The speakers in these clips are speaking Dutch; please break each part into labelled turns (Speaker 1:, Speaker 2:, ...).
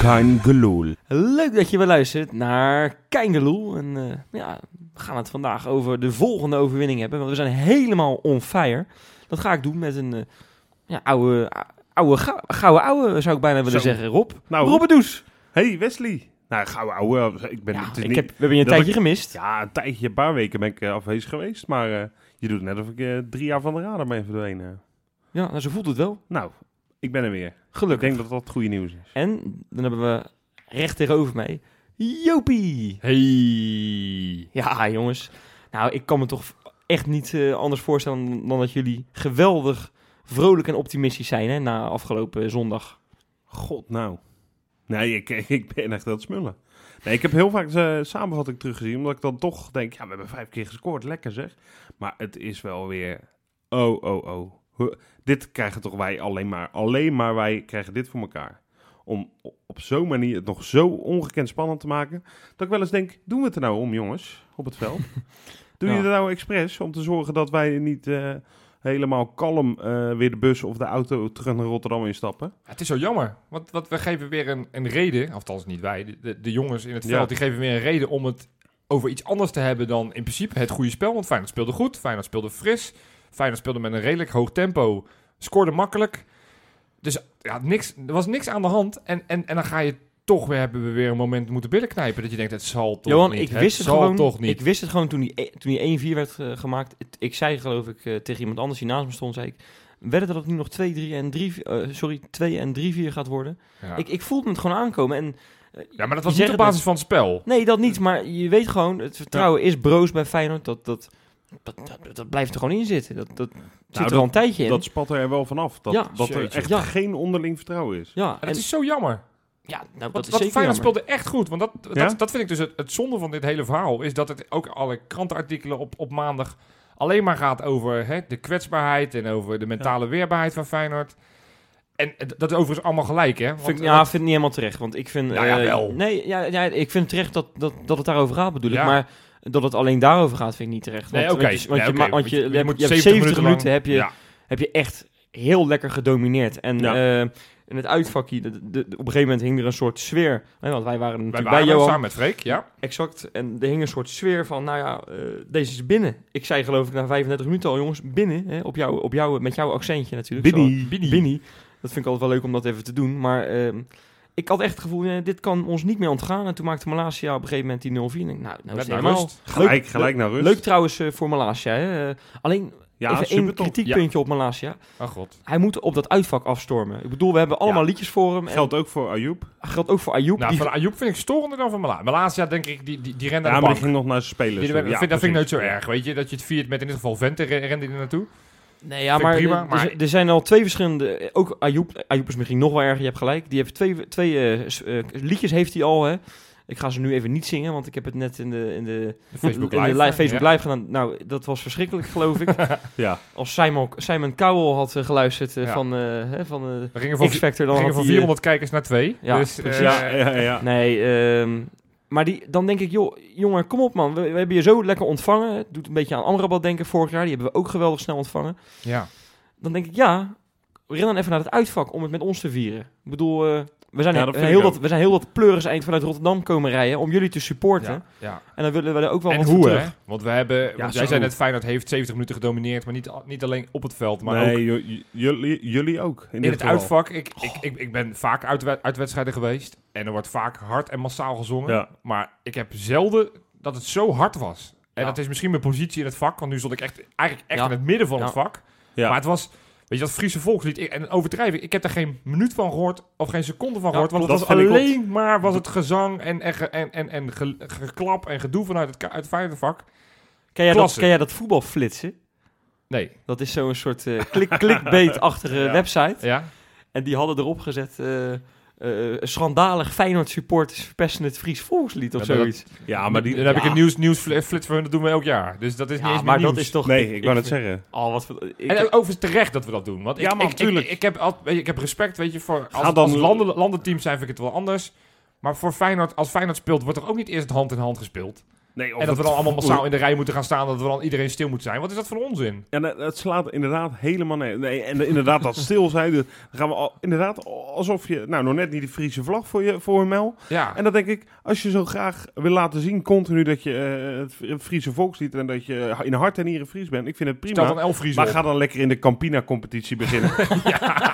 Speaker 1: Kein Geloel.
Speaker 2: Leuk dat je weer luistert naar Keingeloel. En eh, ja, we gaan het vandaag over de volgende overwinning hebben. Want we zijn helemaal on fire. Dat ga ik doen met een eh, ja, oude, oude, gou- gouden ouwe, zou ik bijna willen
Speaker 1: Zo.
Speaker 2: zeggen, Rob.
Speaker 1: Nou,
Speaker 2: Robert Does.
Speaker 1: hey Wesley. Nou, gauw ouwe. Ik ben,
Speaker 2: Ja,
Speaker 1: het is
Speaker 2: ik
Speaker 1: niet-
Speaker 2: heb, we hebben je een
Speaker 1: dat
Speaker 2: tijdje
Speaker 1: ik-
Speaker 2: gemist.
Speaker 1: ja, een tijdje, een paar weken ben ik eh, afwezig geweest. Maar eh, je doet net of ik eh, drie jaar van de radar ben verdwenen.
Speaker 2: Ja, nou, zo voelt het wel.
Speaker 1: Nou, ik ben er weer. Ik
Speaker 2: Gelukkig.
Speaker 1: denk dat dat het goede nieuws is.
Speaker 2: En dan hebben we recht tegenover mij Jopie.
Speaker 1: Hey.
Speaker 2: Ja, jongens. Nou, ik kan me toch echt niet eh, anders voorstellen dan, dat jullie geweldig vrolijk en optimistisch zijn hè, na afgelopen zondag.
Speaker 1: God, nou. Nee, ik, ik ben echt aan het smullen. Nee, ik heb heel vaak de samenvatting teruggezien. Omdat ik dan toch denk, ja, we hebben vijf keer gescoord. Lekker zeg. Maar het is wel weer... Oh, oh, oh. Huh, Dit krijgen toch wij alleen maar. Alleen maar wij krijgen dit voor elkaar. Om o- op zo'n manier het nog zo ongekend spannend te maken. Dat ik wel eens denk, doen we het er nou om, jongens? Op het veld. Doen
Speaker 2: Ja.
Speaker 1: jullie dat nou expres? Om te zorgen dat wij niet eh, helemaal kalm eh, weer de bus of de auto terug naar Rotterdam instappen.
Speaker 3: Het is zo jammer, want, want we geven weer een, een reden, althans niet wij, de, de, de jongens in het
Speaker 1: Ja.
Speaker 3: veld, die geven weer een reden om het over iets anders te hebben dan in principe het goede spel. Want Feyenoord speelde goed, Feyenoord speelde fris, Feyenoord speelde met een redelijk hoog tempo, scoorde makkelijk. Dus ja, niks, er was niks aan de hand en, en, en dan ga je toch weer, hebben we weer een moment moeten binnenknijpen dat je denkt, het zal toch
Speaker 2: Johan,
Speaker 3: niet.
Speaker 2: ik wist het,
Speaker 3: zal
Speaker 2: gewoon.
Speaker 3: toch niet.
Speaker 2: Ik wist het gewoon toen die, e- toen die 1-4 werd eh, gemaakt. Het- ik zei geloof ik eh, tegen iemand anders die naast me stond, zei ik. Wedden dat het nu nog 2, 3 en 3, eh, sorry, 2 en 3-4 gaat worden.
Speaker 3: ja.
Speaker 2: Ik, ik voelde het gewoon aankomen. En eh,
Speaker 3: ja, maar dat was
Speaker 2: die
Speaker 3: niet
Speaker 2: zeggen
Speaker 3: op basis van het spel.
Speaker 2: Nee, dat niet. Maar je weet gewoon, het vertrouwen is broos bij Feyenoord. Dat, dat, dat, dat, dat blijft er gewoon in zitten. Dat, dat
Speaker 3: Nou,
Speaker 2: zit er
Speaker 1: dat-
Speaker 2: al een tijdje in.
Speaker 1: Dat spat er wel vanaf. Dat,
Speaker 2: Ja,
Speaker 1: dat er
Speaker 3: jeetje.
Speaker 1: echt
Speaker 2: Ja.
Speaker 1: geen onderling vertrouwen is.
Speaker 2: ja,
Speaker 3: En
Speaker 2: en,
Speaker 3: het is zo jammer.
Speaker 2: ja, nou, dat
Speaker 3: Want,
Speaker 2: is
Speaker 3: want
Speaker 2: zeker
Speaker 3: Feyenoord
Speaker 2: jammer.
Speaker 3: speelde echt goed. Want dat,
Speaker 1: Ja?
Speaker 3: dat, dat vind ik dus het, het zonde van dit hele verhaal. Is dat het ook alle krantenartikelen op, op maandag alleen maar gaat over hè, de kwetsbaarheid. En over de mentale weerbaarheid van Feyenoord. En eh, dat is overigens allemaal gelijk, hè? Want,
Speaker 2: Vind ik,
Speaker 3: want-
Speaker 2: ja, vind ik niet helemaal terecht. Want ik vind.
Speaker 3: Nou ja,
Speaker 2: eh,
Speaker 3: wel.
Speaker 2: nee, ja, ja, ik vind terecht dat, dat, dat het daarover gaat, bedoel ik.
Speaker 3: Ja.
Speaker 2: Maar dat het alleen daarover gaat, vind ik niet terecht.
Speaker 3: Nee,
Speaker 2: Want-
Speaker 3: oké.
Speaker 2: Want, je- want
Speaker 3: Nee,
Speaker 2: je
Speaker 3: oké.
Speaker 2: ma- want je,
Speaker 3: Want je- je
Speaker 2: hebt-
Speaker 3: moet
Speaker 2: je hebt
Speaker 3: 70
Speaker 2: 70 minuten,
Speaker 3: minuten lang-
Speaker 2: heb, je,
Speaker 3: Ja.
Speaker 2: heb je echt heel lekker gedomineerd. En.
Speaker 1: Ja.
Speaker 2: eh, in het uitvakje, de- de- de- op een gegeven moment hing er een soort sfeer. hè, Want wij waren
Speaker 3: wij
Speaker 2: natuurlijk
Speaker 3: waren
Speaker 2: bij Johan.
Speaker 3: samen met Freek, ja.
Speaker 2: Exact. En er hing een soort sfeer van, nou ja, eh, deze is binnen. Ik zei geloof ik na 35 minuten al, jongens, binnen. Hè, op jou, op jou, met jouw accentje natuurlijk. Zo,
Speaker 1: Binnie.
Speaker 2: Binnie. Dat vind ik altijd wel leuk om dat even te doen. Maar ehm, ik had echt het gevoel, eh, dit kan ons niet meer ontgaan. En toen maakte Malasia op een gegeven moment die 0-4. En ik, Nou, nou is
Speaker 3: Met
Speaker 2: het
Speaker 3: naar
Speaker 2: helemaal...
Speaker 3: rust.
Speaker 1: Gelijk, gelijk naar rust.
Speaker 2: Leuk trouwens eh, voor Malasia. Hè. Eh, alleen
Speaker 1: Ja,
Speaker 2: even één
Speaker 1: super top.
Speaker 2: kritiekpuntje op Malasia.
Speaker 3: Oh god.
Speaker 2: Hij moet op dat uitvak afstormen. Ik bedoel, we hebben allemaal liedjes voor hem. En
Speaker 1: Geldt ook voor Ayoub.
Speaker 2: geldt ook voor Ayoub.
Speaker 3: Nou,
Speaker 2: die-
Speaker 3: van Ayoub vind ik storender dan van Mala. Malasia, denk ik, die, die, die rende
Speaker 1: Ja,
Speaker 3: aan de
Speaker 1: maar
Speaker 3: bank.
Speaker 1: die ging nog naar zijn spelers.
Speaker 3: Die- dat
Speaker 1: Ja,
Speaker 3: vind, dat vind ik nooit
Speaker 1: precies.
Speaker 3: zo erg, weet je. Dat je het viert met in ieder geval Vente re- rende er naartoe.
Speaker 2: Nee, ja,
Speaker 3: Vind ik
Speaker 2: maar,
Speaker 3: prima,
Speaker 2: er- er,
Speaker 3: maar-
Speaker 2: zijn- er zijn al twee verschillende... eh, Ook Ayoub, Ayoub is misschien nog wel erger, je hebt gelijk. Die heeft twee, twee eh, s- eh, liedjes heeft hij al, hè. Ik ga ze nu even niet zingen, want ik heb het net in de, in de,
Speaker 3: De Facebook
Speaker 2: in de
Speaker 3: Live.
Speaker 2: li- Facebook
Speaker 3: ja.
Speaker 2: live gedaan. Nou, dat was verschrikkelijk, geloof ik.
Speaker 3: Dus,
Speaker 1: Ja,
Speaker 2: Als Simon, Simon Cowell had eh, geluisterd eh,
Speaker 3: Ja.
Speaker 2: van, eh, hè, van eh,
Speaker 3: We gingen van,
Speaker 2: X-Factor,
Speaker 3: we
Speaker 2: dan
Speaker 3: gingen
Speaker 2: had hij,
Speaker 3: van
Speaker 2: eh,
Speaker 3: 400 kijkers naar 2.
Speaker 2: Ja,
Speaker 3: dus, eh,
Speaker 2: precies.
Speaker 1: ja, ja. ja.
Speaker 2: Nee, ehm, maar die, dan denk ik, joh, jongen, kom op man. We, we hebben je zo lekker ontvangen. Het doet een beetje aan Amrabat denken vorig jaar. Die hebben we ook geweldig snel ontvangen.
Speaker 3: ja.
Speaker 2: dan denk ik, ja, ren dan even naar het uitvak om het met ons te vieren. Ik bedoel, eh, we, zijn,
Speaker 1: Ja, dat
Speaker 2: we,
Speaker 1: vind
Speaker 2: zijn
Speaker 1: ik
Speaker 2: heel
Speaker 1: ook.
Speaker 2: dat, we zijn heel dat pleuris eind vanuit Rotterdam komen rijden om jullie te supporten.
Speaker 3: Ja, ja.
Speaker 2: En dan willen we er ook wel
Speaker 3: en
Speaker 2: wat
Speaker 3: hoe,
Speaker 2: voor
Speaker 3: hè?
Speaker 2: terug.
Speaker 3: Want we hebben, want jij
Speaker 1: zo.
Speaker 3: zei net, Feyenoord heeft 70 minuten gedomineerd, maar niet, al- niet alleen op het veld, maar ook
Speaker 1: nee, j- j- jullie, jullie ook. In,
Speaker 3: in
Speaker 1: dit
Speaker 3: het
Speaker 1: geval.
Speaker 3: uitvak. Ik,
Speaker 2: Oh.
Speaker 3: ik, ik, ik ben vaak uit, uitwedstrijden geweest en er wordt vaak hard en massaal gezongen.
Speaker 1: Ja.
Speaker 3: Maar ik heb zelden dat het zo hard was. En
Speaker 2: Ja.
Speaker 3: dat is misschien mijn positie in het vak, want nu stond ik echt, eigenlijk echt
Speaker 2: Ja.
Speaker 3: in het midden van
Speaker 2: Ja.
Speaker 3: het vak.
Speaker 1: Ja.
Speaker 3: Maar het was, weet je, dat Friese volkslied, ik, en overdrijving, ik heb daar geen minuut van gehoord of geen seconde van
Speaker 2: Ja,
Speaker 3: gehoord. Want het
Speaker 1: dat
Speaker 3: was
Speaker 1: vind ik ook.
Speaker 3: alleen maar was het gezang en, en, ge- en, en, en ge- geklap en gedoe vanuit het, ka- uit het Feyenoordvak.
Speaker 2: Ken jij, dat,
Speaker 3: Klasse.
Speaker 2: ken jij dat voetbal flitsen?
Speaker 3: Nee,
Speaker 2: Dat is zo'n soort eh, klik, clickbait-achtige
Speaker 1: Ja.
Speaker 2: website.
Speaker 3: ja.
Speaker 2: En die hadden erop gezet... eh, eh, schandalig Feyenoord supporters verpesten het Fries volkslied of
Speaker 3: Ja, maar dat-
Speaker 2: zoiets.
Speaker 1: Ja, maar die...
Speaker 3: dan heb ik
Speaker 2: ja.
Speaker 3: een nieuws, nieuwsflits voor hun, dat doen we elk jaar. Dus dat is niet
Speaker 2: Ja,
Speaker 3: eens
Speaker 2: maar
Speaker 3: meer
Speaker 2: dat
Speaker 3: nieuws.
Speaker 2: is toch...
Speaker 1: Nee, ik wou net
Speaker 2: vind-
Speaker 1: zeggen.
Speaker 2: Oh, wat... voor- ik-
Speaker 3: En eh, ook overigens terecht dat we dat doen. Want ik,
Speaker 1: Ja, man,
Speaker 3: ik, ik,
Speaker 1: tuurlijk.
Speaker 3: ik, heb al, weet je, ik heb respect, weet je, voor als,
Speaker 1: Ga dan-
Speaker 3: als landen, landenteam zijn vind ik het wel anders. Maar voor Feyenoord, als Feyenoord speelt, wordt er ook niet eerst hand in hand gespeeld.
Speaker 1: Nee, of
Speaker 3: en dat we
Speaker 1: het
Speaker 3: dan allemaal
Speaker 1: voelt-
Speaker 3: massaal in de rij moeten gaan staan. Dat we dan iedereen stil moet zijn. Wat is dat voor onzin?
Speaker 1: Ja, dat, dat slaat inderdaad helemaal neer. Nee, en inderdaad dat stil zijn. Dan gaan we al, inderdaad alsof je... Nou, nog net niet de Friese vlag voor je voor een mel.
Speaker 3: Ja.
Speaker 1: En dan denk ik, als je zo graag wil laten zien continu dat je eh, het Fri- het Friese volkslied... en dat je in hart en nieren Fries bent. Ik vind het
Speaker 3: Stel
Speaker 1: prima.
Speaker 3: dan elf Friese
Speaker 1: Maar
Speaker 3: op.
Speaker 1: ga dan lekker in de Campina-competitie beginnen.
Speaker 3: En